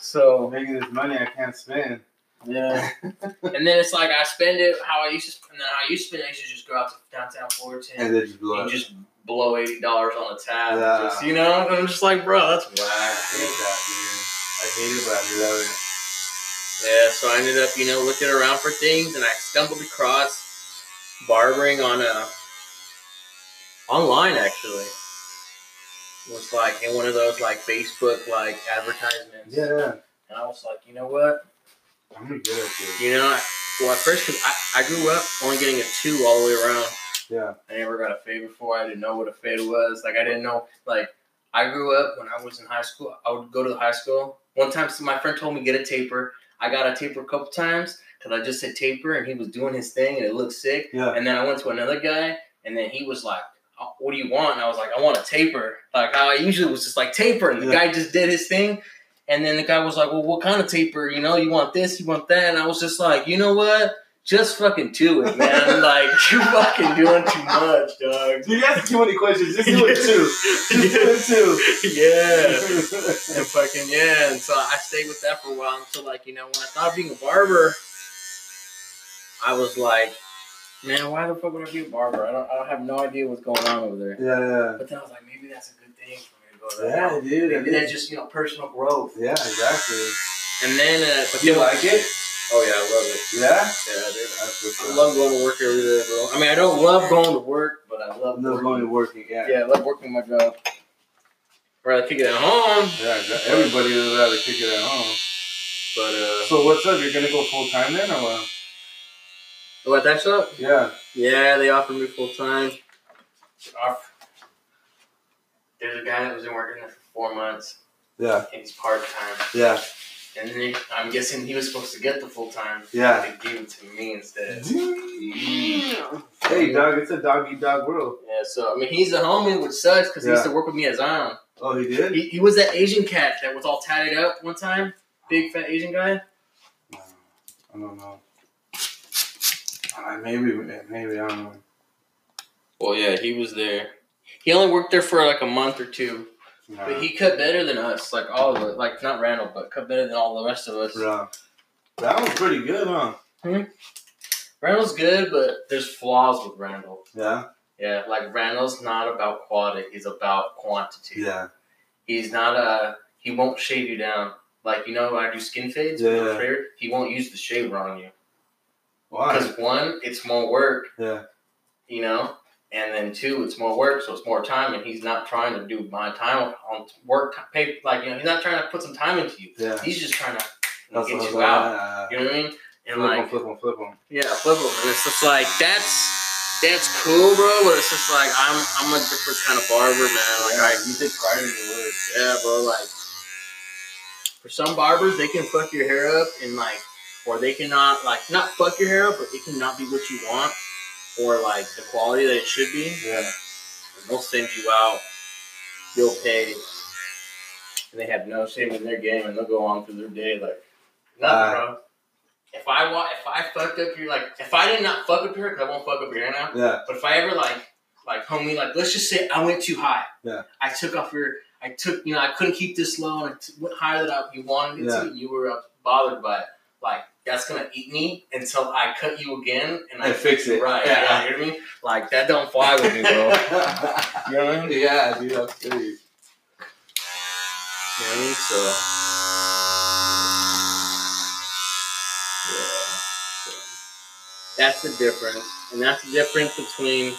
S2: So
S1: I'm making this money I can't spend.
S2: yeah. and then it's like I spend it how I used to, and then how I used to spend. it, I used to just go out to downtown Fullerton.
S1: And then just blow
S2: and
S1: it.
S2: just blow eighty dollars on the tab.
S1: Yeah.
S2: Just, you know, and I'm just like, bro, that's
S1: Wow, I hate that, dude. I hate it, but I love it.
S2: yeah. So I ended up, you know, looking around for things, and I stumbled across barbering on a online actually. It was like in one of those like Facebook like advertisements,
S1: Yeah.
S2: and I was like, you know what?
S1: I'm gonna get it,
S2: You know, I, well at first 'cause I, I grew up only getting a two all the way around.
S1: dude. Yeah.
S2: I never got a fade before. I didn't know what a fade was. Like I didn't know. Like I grew up when I was in high school. I would go to the high school. One time, so my friend told me get a taper. I got a taper a couple times because I just said taper and he was doing his thing and it looked sick.
S1: Yeah.
S2: And then I went to another guy and then he was like, "Oh, "What do you want?" And I was like, "I want a taper." Like how I usually was just like taper, and the
S1: Yeah.
S2: guy just did his thing. And then the guy was like, "Well, what kind of taper? You know, you want this, you want that?" And I was just like, "You know what?" Just fucking do it, man. like you fucking doing too much, dog.
S1: You ask too many questions. Just
S2: do it
S1: too. Just do
S2: yeah.
S1: it
S2: And fucking yeah. And so I stayed with that for a while until like, you know, when I thought being a barber, I was like, man, why the fuck would I be a barber? I don't I don't have no idea what's going on over there.
S1: Yeah.
S2: But then I was like, maybe that's a good thing for me to go
S1: Yeah,
S2: there.
S1: dude.
S2: Maybe that's just, you know, personal growth.
S1: Yeah, exactly.
S2: And then uh but
S1: You
S2: then
S1: like it?
S2: Oh yeah, I love it.
S1: Yeah.
S2: Yeah, dude.
S1: That's what's
S2: I
S1: up.
S2: love going to work every day, bro. I mean I don't love going to work, but I love
S1: No
S2: working.
S1: going to working. Yeah.
S2: Yeah, I love working my job. Rather kick it at home.
S1: Yeah, everybody would rather kick it at home.
S2: But uh
S1: So what's up? You're gonna go full time then, or what?
S2: what that shop?
S1: Yeah,
S2: Yeah, they offered me full time.
S4: There's a guy that was working there for four months,
S1: yeah,
S4: and he's part time.
S1: yeah,
S4: And then he- I'm guessing he was supposed to get the full time.
S1: yeah.
S4: They gave it to me instead.
S1: Hey, dog, it's a dog eat dog world.
S2: Yeah, so I mean, he's a homie, which sucks because he used to work with me at Zion.
S1: Oh, he did.
S2: He, he was that Asian cat that was all tatted up one time, big fat Asian guy.
S1: I don't know. Uh, Maybe, maybe I don't know.
S2: Well, yeah, he was there. He only worked there for like a month or two,
S1: Nah,
S2: but he cut better than us, like all of us, like not Randall, but cut better than all the rest of us.
S1: nah. That one's pretty good, huh?
S2: Randall's good, but there's flaws with Randall.
S1: Yeah.
S2: Yeah, like Randall's not about quality; he's about quantity.
S1: Yeah.
S2: He's not a. He won't shave you down. Like you know, when I do skin fades
S1: Yeah.
S2: for fair. He won't use the shaver on you
S1: Why?
S2: because one, it's more work.
S1: Yeah.
S2: You know, and then two, it's more work, so it's more time, and he's not trying to do my time on work pay. Like you know, he's not trying to put some time into you.
S1: Yeah.
S2: He's just trying to
S1: That's
S2: get
S1: what
S2: you out.
S1: I
S2: You know what I mean? And
S1: was like.
S2: like,
S1: Flip 'em, flip 'em, flip 'em.
S4: Yeah, flip 'em. And it's just like that's that's cool, bro. But it's just like I'm I'm a different kind of barber, man. Like I
S1: you take pride in your work.
S4: yeah, bro. Like for some barbers, they can fuck your hair up and like, or they cannot like not fuck your hair up, but it cannot be what you want or like the quality that it should be.
S1: Yeah.
S4: And they'll send you out. You'll pay.
S2: and they have no shame in their game, and they'll go on through their day like
S1: Aye.
S2: nothing, bro. If I want, if I fucked up your like, if I did not fuck up your, hair, 'cause I won't fuck up your hair now.
S1: Yeah.
S2: But if I ever like, like homie, like let's just say I went too high.
S1: Yeah.
S2: I took off your, I took, you know, I couldn't keep this low, and I t- went higher than I, you wanted it
S1: Yeah.
S2: to, and you were uh, bothered by it. Like that's gonna eat me until I cut you again, and I
S1: And fix it.
S2: Right?
S1: Yeah.
S2: Yeah. you hear me? Like that don't fly with me, bro. you know what I mean?
S1: yeah, dude, that's serious.
S2: You know what I mean? So.
S4: That's the difference, and that's the difference between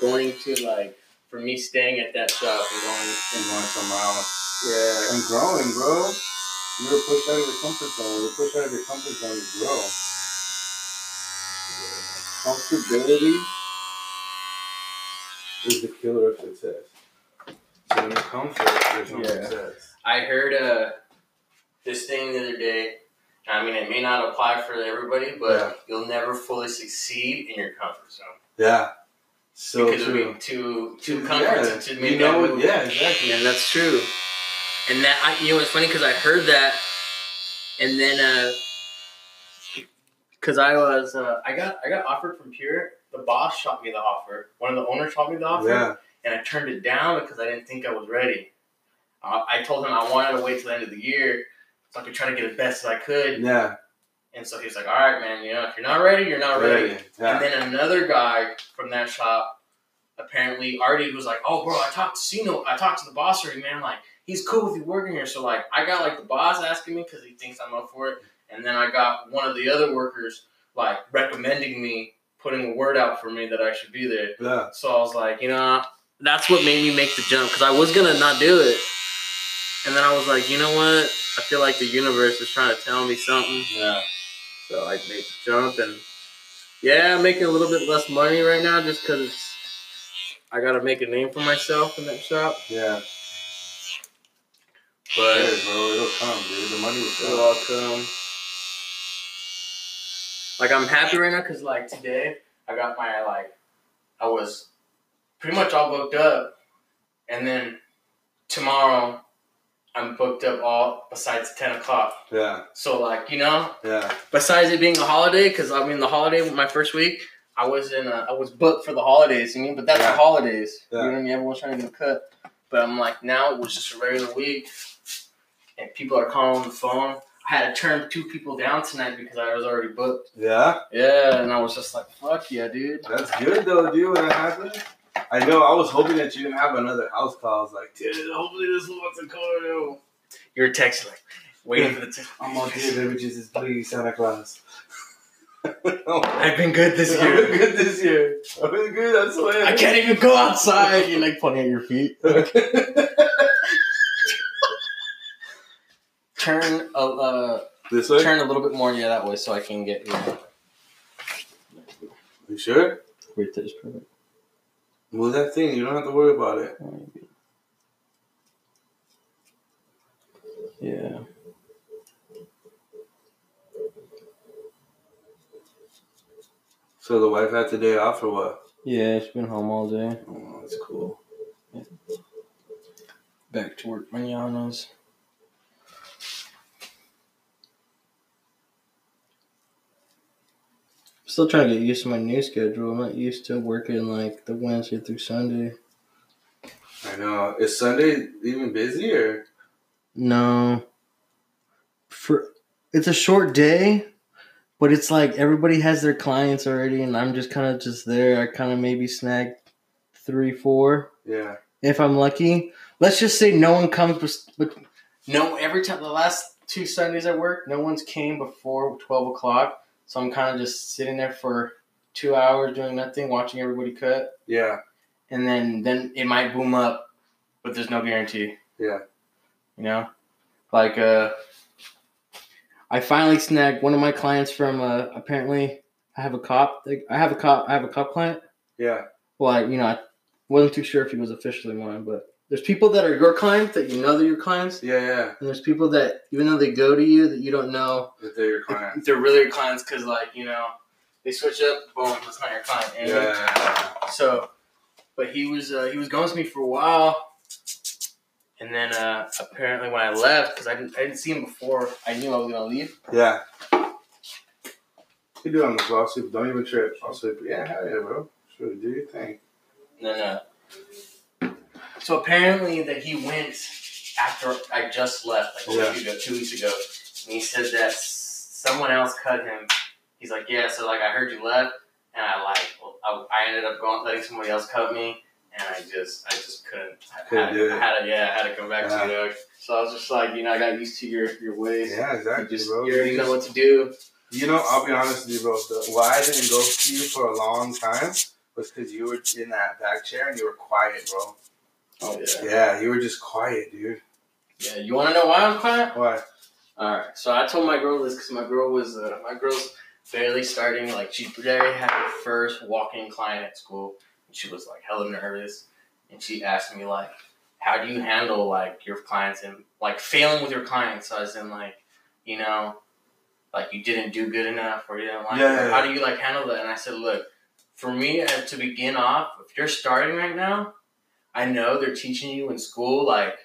S4: going to like for me staying at that shop and going.
S1: And going somewhere else.
S4: Yeah.
S1: uh, And growing, bro. You're pushed out of your comfort zone. You're pushed out of your comfort zone to grow. Comfortability is the killer of success. So when you're comfort, there's no
S2: Yeah.
S1: success.
S2: I heard uh, this thing the other day. I mean, it may not apply for everybody, but
S1: Yeah.
S2: you'll never fully succeed in your comfort zone
S1: Yeah. So
S2: because it'll be too too comfort
S1: Yeah.
S2: to, to make
S1: You know
S2: that
S1: what?
S2: move.
S1: Yeah, exactly.
S4: Yeah, that's true. And that I, you know, it's funny because I heard that, and then uh, because I was uh,
S2: I got I got offered from Pure. The boss shot me the offer. One of the owners shot me the offer,
S1: Yeah.
S2: and I turned it down because I didn't think I was ready. Uh, I told him I wanted to wait till the end of the year so I could try to get as best as I could.
S1: Yeah.
S2: And so he was like, "All right, man. You know, if you're not ready, you're not ready."
S1: Ready.
S2: And
S1: Yeah.
S2: then another guy from that shop apparently already was like, "Oh, bro, I talked to Sino. I talked to the boss already, man. Like, he's cool with you working here." So like, I got like the boss asking me because he thinks I'm up for it, and then I got one of the other workers like recommending me, putting a word out for me that I should be there.
S1: Yeah.
S2: So I was like, you know,
S4: that's what made me make the jump because I was gonna not do it, and then I was like, you know what? I feel like the universe is trying to tell me something,
S1: Yeah.
S4: so I made the jump, and yeah, I'm making a little bit less money right now just because I gotta make a name for myself in that shop.
S1: Yeah.
S2: but
S1: Hey, bro, it'll come, dude. The money will
S4: You're
S1: come.
S4: welcome. Like I'm happy right now because like
S2: like today I got my like I was pretty much all booked up and then tomorrow I'm booked up all besides ten o'clock.
S1: Yeah.
S2: So like, you know,
S1: Yeah.
S2: besides it being a holiday, because I mean the holiday my first week, I was in a, I was booked for the holidays, you mean, but that's
S1: Yeah.
S2: the holidays.
S1: Yeah.
S2: You know what I mean? Everyone's trying to get a cut. But I'm like now it was just a regular week and people are calling on the phone. I had to turn two people down tonight because I was already booked.
S1: Yeah.
S2: Yeah, and I was just like, fuck yeah, dude.
S1: That's good though, dude. When that happened, I know I was hoping that you didn't have another house call. I was like, dude, hopefully this one wants to call you.
S2: You're texting like, waiting for the text.
S1: I'm all good, baby Jesus, please, Santa Claus. I'm
S2: I've been good this year.
S1: good this year. I'm really good. That's why
S2: I can't even go outside. You're like pointing at your feet. Turn a uh,
S1: This way.
S2: turn a little bit more, yeah, that way, so I can get. You know,
S1: You sure?
S2: wait, this perfect.
S1: Well, that thing. You don't have to worry about it.
S2: Yeah.
S1: So the wife had today off or what?
S2: Yeah, she's been home all day.
S1: Oh, that's cool.
S2: Back to work, mananas.
S4: still trying to get used to my new schedule. I'm not used to working like the Wednesday through Sunday.
S1: I know. Is Sunday even busy or?
S4: No. For it's a short day, but it's like everybody has their clients already and I'm just kind of just there. I kind of maybe snag
S2: three, four.
S1: Yeah.
S2: If I'm lucky, let's just say no one comes. bes- But no, every time the last two Sundays I worked, no one's came before twelve o'clock. So I'm kind of just sitting there for two hours doing nothing, watching everybody cut,
S1: Yeah.
S2: and then then it might boom up, but there's no guarantee.
S1: Yeah.
S2: You know, like uh, I finally snagged one of my clients from uh, apparently I have a cop. I have a cop. I have a cop client
S1: Yeah.
S2: well, I, you know, I wasn't too sure if he was officially mine, but there's people that are your clients that you know they're your clients,
S1: Yeah. Yeah.
S2: and there's people that even though they go to you that you don't know
S1: That they're your
S2: if-
S1: client.
S2: if they're really your clients because like you know they switch up, boom, it's not your client. you know?
S1: Yeah.
S2: So, but he was uh, he was going to me for a while, and then uh, apparently when I left because I didn't I didn't see him before I knew I was gonna leave.
S1: Yeah. You do on the floor, sleep. Don't even trip. I'll sleep. Yeah, hell yeah, bro. Sure, do your thing.
S2: No, no. So apparently that he went after I just left, like a
S1: Yeah.
S2: week ago, two weeks ago, and he said that s- someone else cut him. He's like, yeah, so like I heard you left, and I like, well, I, I ended up going letting somebody else cut me, and I just, I just couldn't. I
S1: Couldn't
S2: had,
S1: do
S2: I
S1: it.
S2: had to, yeah, I had to come back
S1: Yeah.
S2: to you. Know, so I was just like, you know, I got used to your your ways.
S1: Yeah,
S2: You
S1: exactly,
S2: just
S1: bro.
S2: you already know what to do.
S1: You know, I'll be honest with you, bro. The, why I didn't go to you for a long time was because you were in that back chair and you were quiet, bro.
S2: Oh yeah.
S1: Yeah, you were just quiet, dude.
S2: Yeah. You want to know why I'm quiet?
S1: Why?
S2: All right. So I told my girl this because my girl was uh, my girl's barely starting. Like she barely had her first walk-in client at school, and she was like hella nervous. And she asked me like, "How do you handle like your clients and like failing with your clients?" So I was in like, you know, like you didn't do good enough or you didn't like.
S1: Yeah, yeah,
S2: How
S1: yeah.
S2: do you like handle that? And I said, "Look, for me uh, to begin off, if you're starting right now, I know they're teaching you in school like."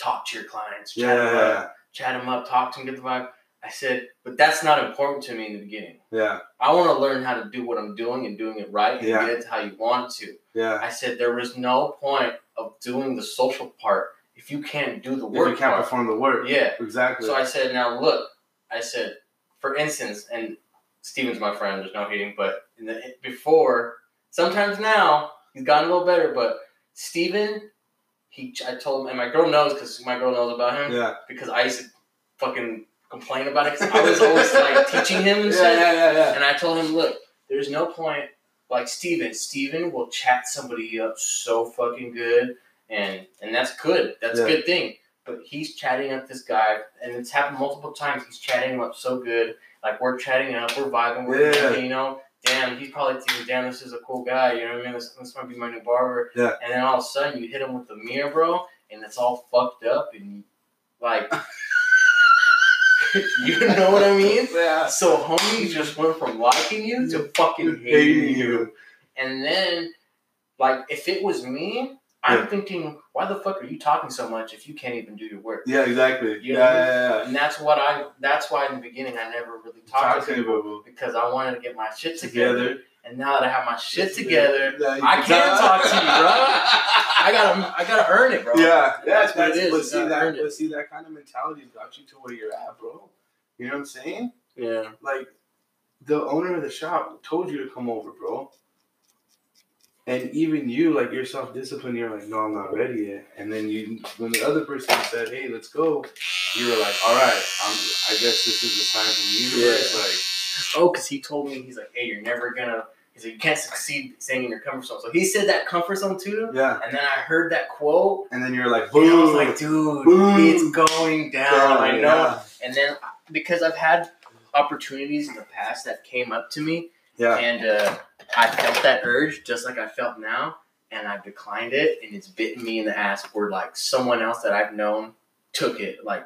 S2: Talk to your clients. chat them up,
S1: Yeah,
S2: chat him up, talk to him, get the vibe. I said, but that's not important to me in the beginning.
S1: yeah,
S2: I want to learn how to do what I'm doing and doing it right and
S1: Yeah.
S2: get it how you want to.
S1: yeah.
S2: I said there was no point of doing the social part if you can't do the
S1: If you
S2: work
S1: can't
S2: part.
S1: perform the work.
S2: Yeah.
S1: Exactly.
S2: So I said, now look, I said, for instance, and Steven's my friend, there's no hating, but in the, before, sometimes now, he's gotten a little better, but Steven, he, I told him, and my girl knows because my girl knows about him
S1: yeah.
S2: because I used to fucking complain about it because I was always like teaching him
S1: Yeah,
S2: and stuff.
S1: yeah, yeah, yeah.
S2: And I told him, look, there's no point. Like Steven, Steven will chat somebody up so fucking good, and and that's good. That's
S1: Yeah.
S2: a good thing. But he's chatting up this guy, and it's happened multiple times. He's chatting him up so good. Like we're chatting up, we're vibing, we're
S1: Yeah.
S2: you know. Damn, he's probably thinking, damn, this is a cool guy. You know what I mean? This, this might be my new barber.
S1: Yeah.
S2: And then all of a sudden, you hit him with the mirror, bro, and it's all fucked up, and like, you know what I mean?
S1: Yeah.
S2: Uh, So homie just went from liking you to fucking hating
S1: Hating
S2: you.
S1: you.
S2: And then, like, if it was me, I'm
S1: Yeah.
S2: thinking, why the fuck are you talking so much if you can't even do your work?
S1: Yeah, exactly.
S2: You
S1: Yeah,
S2: know?
S1: yeah, yeah.
S2: And that's what I. That's why in the beginning I never really talked
S1: Talk
S2: to
S1: to me,
S2: people
S1: boo boo.
S2: because I wanted to get my shit together.
S1: Together.
S2: And now that I have my shit together,
S1: Yeah, you
S2: I can talk to you,
S1: bro.
S2: I gotta I gotta earn it, bro.
S1: Yeah,
S2: That's what it is.
S1: But
S2: It's
S1: see
S2: not
S1: that,
S2: earned it.
S1: but see that kind of mentality got you to where you're at, bro. You know what I'm saying?
S2: Yeah.
S1: Like the owner of the shop told you to come over, bro. And even you, like you're self disciplined, you're like, no, I'm not ready yet. And then you, when the other person said, hey, let's go, you were like, all right, I'm, I guess this is the sign from you. where it's like,
S2: Oh, because he told me he's like, hey, you're never gonna. He's like, you can't succeed staying in your comfort zone. So he said that comfort zone too.
S1: yeah.
S2: And then I heard that quote,
S1: And then you're like,
S2: and I was
S1: boom.
S2: like, dude,
S1: Boom.
S2: it's going down. I know.
S1: Yeah.
S2: And then because I've had opportunities in the past that came up to me,
S1: yeah.
S2: and uh, I felt that urge just like I felt now, and I declined it, and it's bitten me in the ass where like someone else that I've known took it, like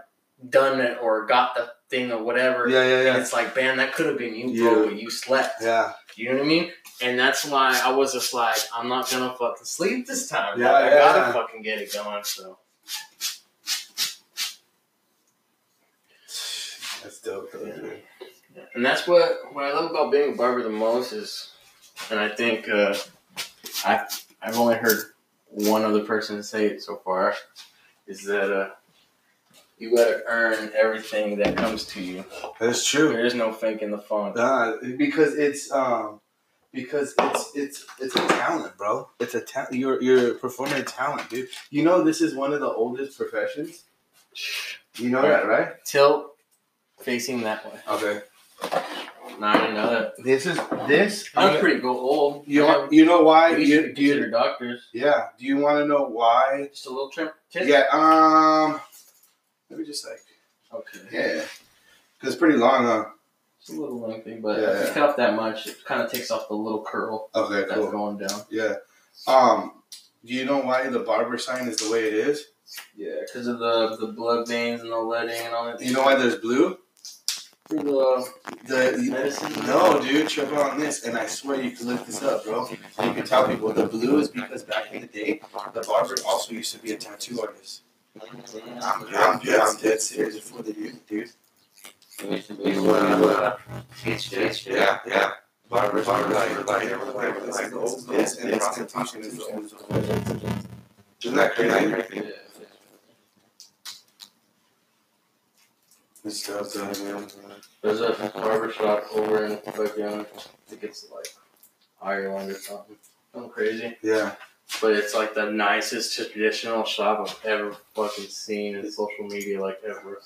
S2: done it or got the thing or whatever.
S1: Yeah, yeah,
S2: And
S1: yeah.
S2: it's like, man, that could have been you,
S1: Yeah.
S2: bro, but you slept.
S1: Yeah.
S2: You know what I mean? And that's why I was just like, I'm not gonna fucking sleep this time.
S1: Yeah,
S2: Like, I
S1: yeah,
S2: gotta
S1: yeah.
S2: fucking get it going. So
S1: That's dope, though, dude.
S2: and that's what what I love about being a barber the most is, and I think uh, I I've only heard one other person say it so far, is that uh, you gotta earn everything that comes to you.
S1: That's true.
S2: There is no fake in the phone.
S1: Nah, because it's um because it's it's it's a talent, bro. It's a talent. You're you're performing a talent, dude. You know this is one of the oldest professions. You know that, right?
S4: Tilt facing that way.
S1: Okay.
S4: No, I didn't know that.
S1: This is this. uh,
S2: I'm pretty go old.
S1: You know, you know why?
S2: we
S1: You-
S2: should
S1: do you-
S2: consider doctors.
S1: yeah. Do you want to know why?
S2: Just a little trip. tip.
S1: Yeah. Um. Let me just like
S2: Okay.
S1: yeah, because pretty long, huh?
S2: It's a little lengthy, but
S1: Yeah,
S2: if
S1: yeah.
S2: you cut off that much, it kind of takes off the little curl
S1: Okay,
S2: that's
S1: cool.
S2: going down.
S1: Yeah. Um. Do you know why the barber sign is the way it is?
S2: Yeah, because of the the blood veins and the leading and all that.
S1: You know why there's blue?
S2: For the
S1: The
S2: medicine.
S1: no, dude, trip on this, and I swear you can look this up, bro. You can tell people the blue is because back in the day, the barber also used to be a tattoo artist. I'm, I'm, I'm dead serious before they do, dude. Yeah, yeah. Barber, barber, like, like, like, like, the old this and prostitution is the oldest. Isn't that crazy?
S2: Yeah.
S1: It's tough, man.
S2: There's a barbershop over in fucking, I think it's like Ireland or something. Something crazy.
S1: Yeah.
S2: But it's like the nicest traditional shop I've ever fucking seen in social media, like ever.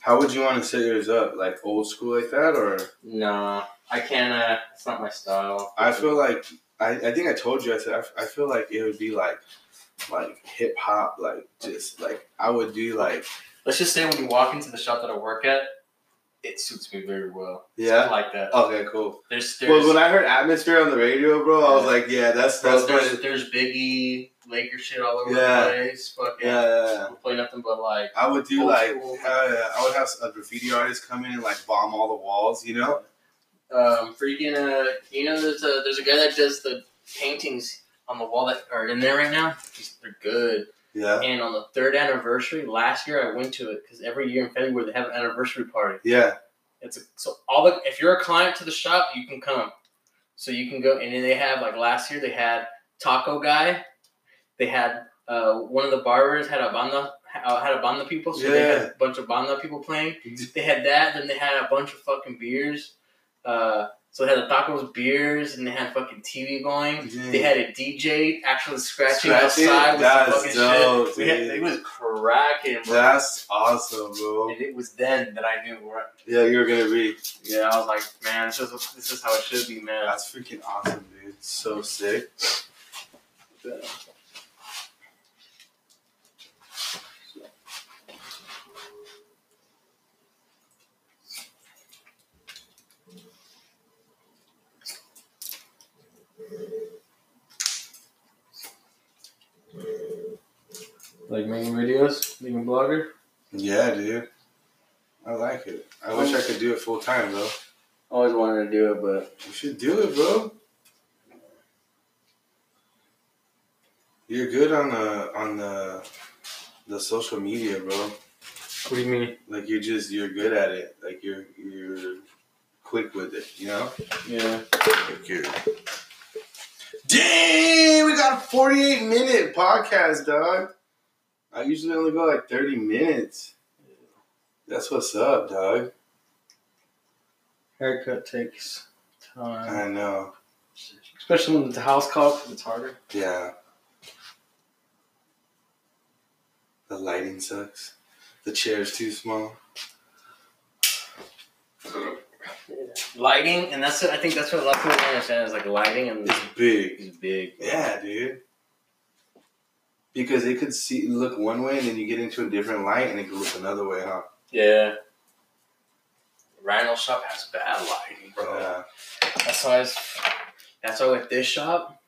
S1: How would you want to set yours up? Like old school like that, or?
S2: Nah, I can't. Uh, it's not my style.
S1: I feel like I, I think I told you I said I f- I, feel like it would be like like hip hop like just like I would do like
S2: Let's just say when you walk into the shop that I work at, it suits me very well.
S1: yeah
S2: I like that.
S1: okay cool.
S2: There's stairs.
S1: Well, when I heard atmosphere on the radio, bro, I was like, yeah, that's that's
S2: Bro,
S1: what
S2: there's,
S1: it-
S2: there's Biggie, Laker shit all over
S1: Yeah.
S2: the place. Fucking,
S1: yeah. yeah, yeah.
S2: we'll play nothing but like.
S1: I would do
S2: Old
S1: like
S2: school.
S1: hell yeah, I would have a graffiti artist come in and like bomb all the walls, you know?
S2: Um, freaking, uh, you know, there's a there's a guy that does the paintings on the wall that are in there right now. He's- They're good.
S1: Yeah,
S2: And on the third anniversary last year, I went to it because every year in February they have an anniversary party.
S1: yeah,
S2: It's a, so all the if you're a client to the shop, you can come. So you can go, and then they have like last year they had Taco Guy, they had uh, one of the barbers had a banda uh, had a banda people, so they had
S1: Yeah.
S2: a bunch of banda people playing. They had that, then they had a bunch of fucking beers. Uh, so they had the tacos, beers, and they had fucking TV going. They had a DJ actually scratching
S1: Scratching?
S2: outside with
S1: That's
S2: some fucking
S1: dope,
S2: shit. We had,
S1: dude.
S2: it was cracking, bro.
S1: That's awesome, bro.
S2: and it was then that I knew where
S1: Yeah, you're gonna be.
S2: yeah, I was like, man, this is this is how it should be, man.
S1: That's freaking awesome, dude. So sick.
S2: Like making videos, being a blogger.
S1: Yeah, dude. I like it. I wish I could do it full time, bro.
S2: Always wanted to do it, but
S1: You should do it, bro. You're good on the on the the social media, bro.
S2: what do you mean?
S1: Like you're just you're good at it. Like you're you're quick with it, you know?
S2: Yeah.
S1: Like you're Dang, we got a 48 minute podcast, dog. I usually only go like 30 minutes. That's what's up, dog.
S2: Haircut takes time,
S1: I know.
S2: especially when it's a house call because it's harder.
S1: Yeah. The lighting sucks. The chair's too small.
S2: Lighting, and that's what, I think that's what a lot of people don't understand is like lighting and
S1: It's big.
S2: is big.
S1: Yeah, dude. Because it could see look one way and then you get into a different light and it could look another way, huh?
S2: Yeah. Rhino shop has bad lighting, bro.
S1: Yeah.
S2: That's why. It's, that's why with this shop,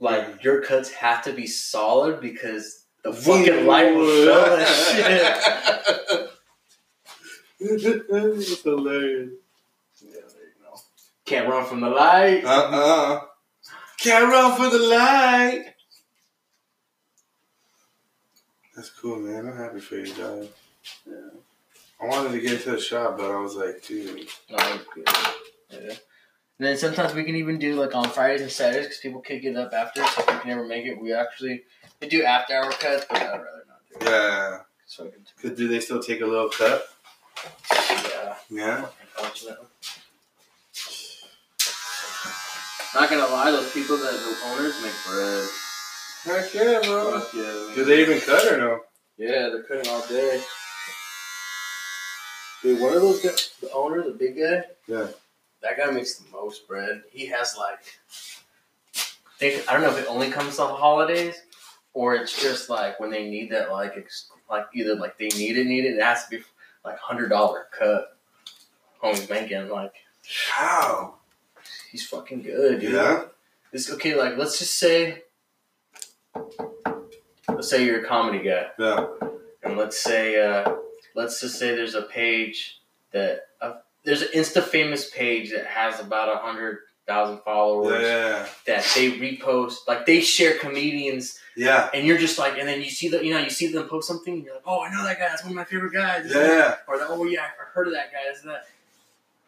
S2: like
S1: Mhm.
S2: your cuts have to be solid because the fucking light will show that shit.
S1: It's hilarious.
S2: Can't run from the light.
S1: Uh uh-uh. uh. can not run for the light. That's cool, man. I'm happy for you, dog.
S2: Yeah.
S1: I wanted to get into the shop, but I was like, dude.
S2: No, it's good. Yeah. And then sometimes we can even do like on Fridays and Saturdays because people kick it up after. So if we can never make it, we actually we do after hour cuts, but I'd rather not do it.
S1: Yeah.
S2: So I can do
S1: Could do they still take a little cut?
S2: it. Yeah.
S1: Yeah.
S2: Unfortunately. Not gonna lie, those people that the owners make bread.
S1: Heck yeah, bro.
S2: Fuck yeah. they make-
S1: Do they even cut or no?
S5: Yeah, they're cutting all day. Dude, one of those guys, the owner, the big guy.
S1: Yeah.
S5: That guy makes the most bread. He has like
S2: they, I don't know if it only comes on holidays or it's just like when they need that like ex- like either like they need it need it it has to be like hundred dollar cup. Homie's making like
S1: How?
S2: he's fucking good, dude.
S1: Yeah.
S2: This okay? Like let's just say, let's say you're a comedy guy,
S1: Yeah.
S2: and let's say uh, let's just say there's a page that uh, there's an Insta famous page that has about a hundred thousand followers
S1: Yeah.
S2: that they repost like they share comedians
S1: Yeah.
S2: and you're just like, and then you see that, you know, you see them post something, and you're like, oh, I know that guy. That's one of my favorite guys.
S1: Yeah.
S2: Or the, oh yeah, I heard of that guy. Isn't that?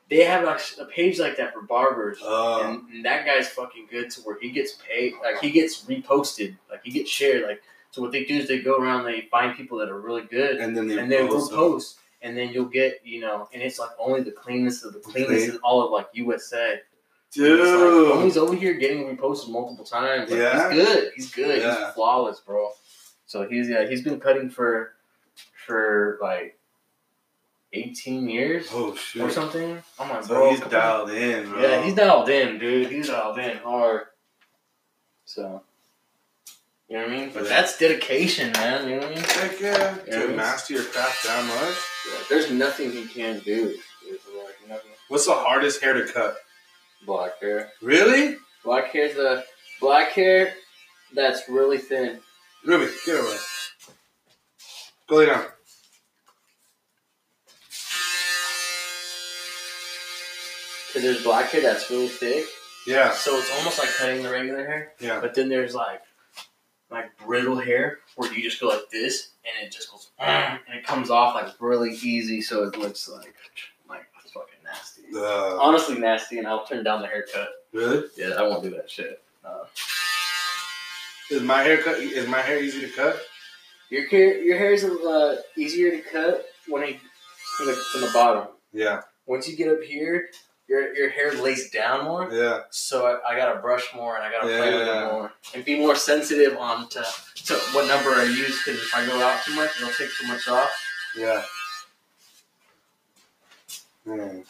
S2: They have like a page like that for barbers,
S1: Uh,
S2: Um, and, and that guy's fucking good to where he gets paid, like he gets reposted, like he gets shared. Like so, what they do is they go around, they find people that are really good,
S1: and then they
S2: and then
S1: post it.
S2: repost, and then you'll get, you know, and it's like only the cleanest of the cleanest
S1: Clean.
S2: in all of like USA. It's like, oh,
S1: Dude.
S2: he's over here getting reposted multiple times. Like,
S1: Yeah.
S2: He's good. He's good.
S1: Yeah.
S2: He's flawless, bro. So he's yeah, he's been cutting for for like eighteen years
S1: Oh
S2: or
S1: shit.
S2: something. I'm like,
S1: So
S2: bro,
S1: he's
S2: come on.
S1: dialed in, bro.
S2: Yeah, he's dialed in, dude. He's dialed in hard. So you know what I mean? But
S1: Yeah.
S2: that's dedication, man. You know what I mean?
S1: Heck yeah. To
S2: Yeah, he's-
S1: master your craft that much.
S2: there's nothing he can do. There's like nothing
S1: What's the hardest hair to cut?
S2: black hair.
S1: Really?
S2: Black hair's a black hair that's really thin.
S1: Ruby, get away. Go lay down.
S2: Cause there's black hair that's really thick,
S1: Yeah.
S2: so it's almost like cutting the regular hair.
S1: Yeah.
S2: But then there's like like brittle hair where you just go like this, and it just goes "Ah," and it comes off like really easy, so it looks like like it's fucking nasty.
S1: Uh,
S2: Honestly, nasty, and I'll turn down the haircut.
S1: really?
S2: Yeah, I won't do that shit.
S1: Is my hair cut? Is my hair easy to cut?
S2: Your hair, your hair is uh, easier to cut when it from the, from the bottom.
S1: Yeah.
S2: Once you get up here, your your hair lays down more.
S1: Yeah.
S2: so I, I gotta brush more and I gotta play with
S1: Yeah.
S2: it more and be more sensitive on to, to what number I use because if I go out too much, it'll take too much off.
S1: Yeah. Man.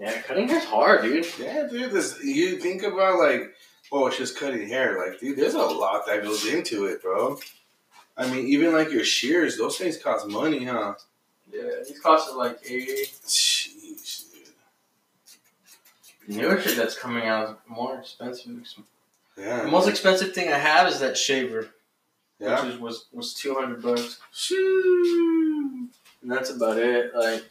S2: Yeah, cutting hair's hard, dude.
S1: Yeah, dude. This you think about like, oh, it's just cutting hair. Like, dude, there's a lot that goes into it, bro. I mean, even like your shears, those things cost money, huh?
S5: yeah. These costs are like eighty.
S1: Jeez, dude.
S2: Newer shit that's coming out is more expensive. The
S1: Yeah.
S2: most expensive thing I have is that shaver,
S1: Yeah.
S2: which is, was was two hundred bucks,
S1: Shoo.
S2: and that's about it. Like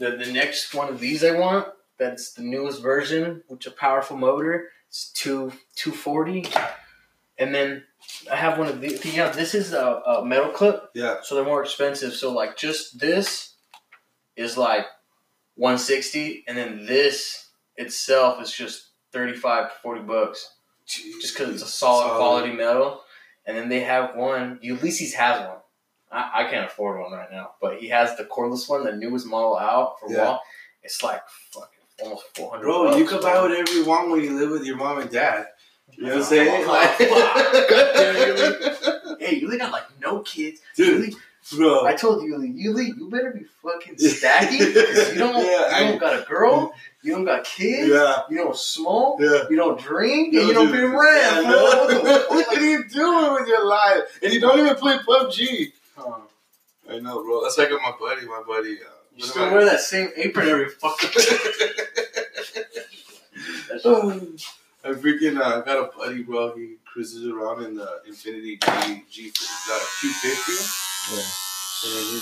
S2: the the next one of these I want, that's the newest version, which a powerful motor. It's two two forty, and then I have one of these. You know, this is a, a metal clip.
S1: Yeah.
S2: So they're more expensive. So like just this is like 160 and then this itself is just 35 to 40 bucks just cuz it's a solid,
S1: Solid.
S2: quality metal. And then they have one, Ulysses has one. I, I can't afford one right now, but he has the cordless one, the newest model out for
S1: Yeah.
S2: wall. It's like fucking almost 400
S1: Bro, you
S2: bucks.
S1: can buy whatever you want when you live with your mom and dad. You know what I'm saying? Like-
S2: Hey, Yuli got like no kids.
S1: dude,
S2: Yuli-
S1: bro.
S2: I told Yuli, Yuli, you better be fucking stacking 'cause you don't,
S1: Yeah, I-
S2: you don't got a girl, you don't got kids,
S1: Yeah,
S2: you don't smoke,
S1: yeah.
S2: you don't drink,
S1: Yeah,
S2: and you don't
S1: dude.
S2: pay
S1: Yeah,
S2: rent.
S1: I
S2: bro.
S1: know.
S2: What the fuck?
S1: what are you doing with your life? And you don't even play PUBG.
S2: Huh.
S1: I know, bro. That's like my buddy. My buddy. Uh,
S2: You still wear that same apron every fucking day.
S1: I freaking uh, got a buddy, bro. He cruises around in the Infinity G G he's got a Q50.
S2: Yeah.
S1: And then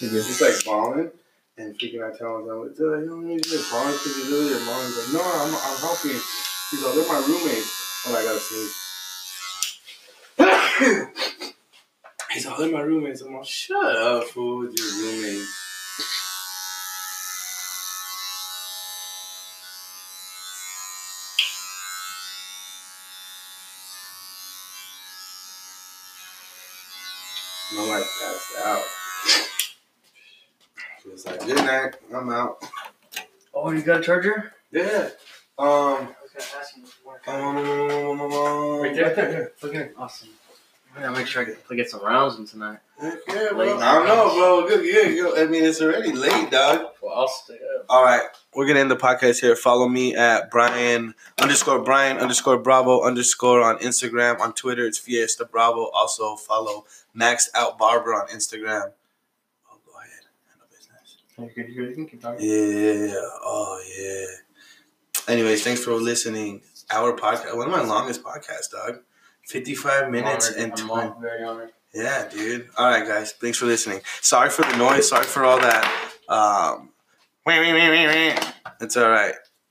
S1: he's like, he's like balling. And freaking, I tell him, I'm like, dude, you don't need to be balling because you live with your mom. He's like, no, I'm, I'm helping. He's like, they're my roommates. Oh, I gotta sneeze. he's like, they're my roommates. I'm like, shut up, fool, with your roommates. And I'm like, passed out. It's like good night. I'm out.
S4: Oh, you got a charger?
S1: Yeah. Um.
S4: I was gonna ask you before.
S1: um
S4: Right there?
S1: right there.
S4: Okay, awesome. I gotta make sure I get, I get some rounds in tonight.
S1: Yeah, Yeah,
S4: Late
S1: bro. I don't know, bro. Good, yeah, yo, I mean, it's already late, dog.
S2: Well, I'll stay up.
S1: All right, we're gonna end the podcast here. Follow me at Brian underscore Brian underscore Bravo underscore on Instagram. On Twitter, it's Fiesta Bravo. Also follow Maxed Out Barber on Instagram. Oh, go ahead, handle business.
S4: You good, you good, you can keep talking.
S1: Yeah. Oh yeah. Anyways, thanks for listening. Our podcast, one of my longest podcasts, dog. Fifty-five minutes
S4: Honored.
S1: and
S4: I'm
S1: twenty.
S4: hon- very honored.
S1: Yeah, dude. All right, guys. Thanks for listening. Sorry for the noise. Sorry for all that. Um, it's all right.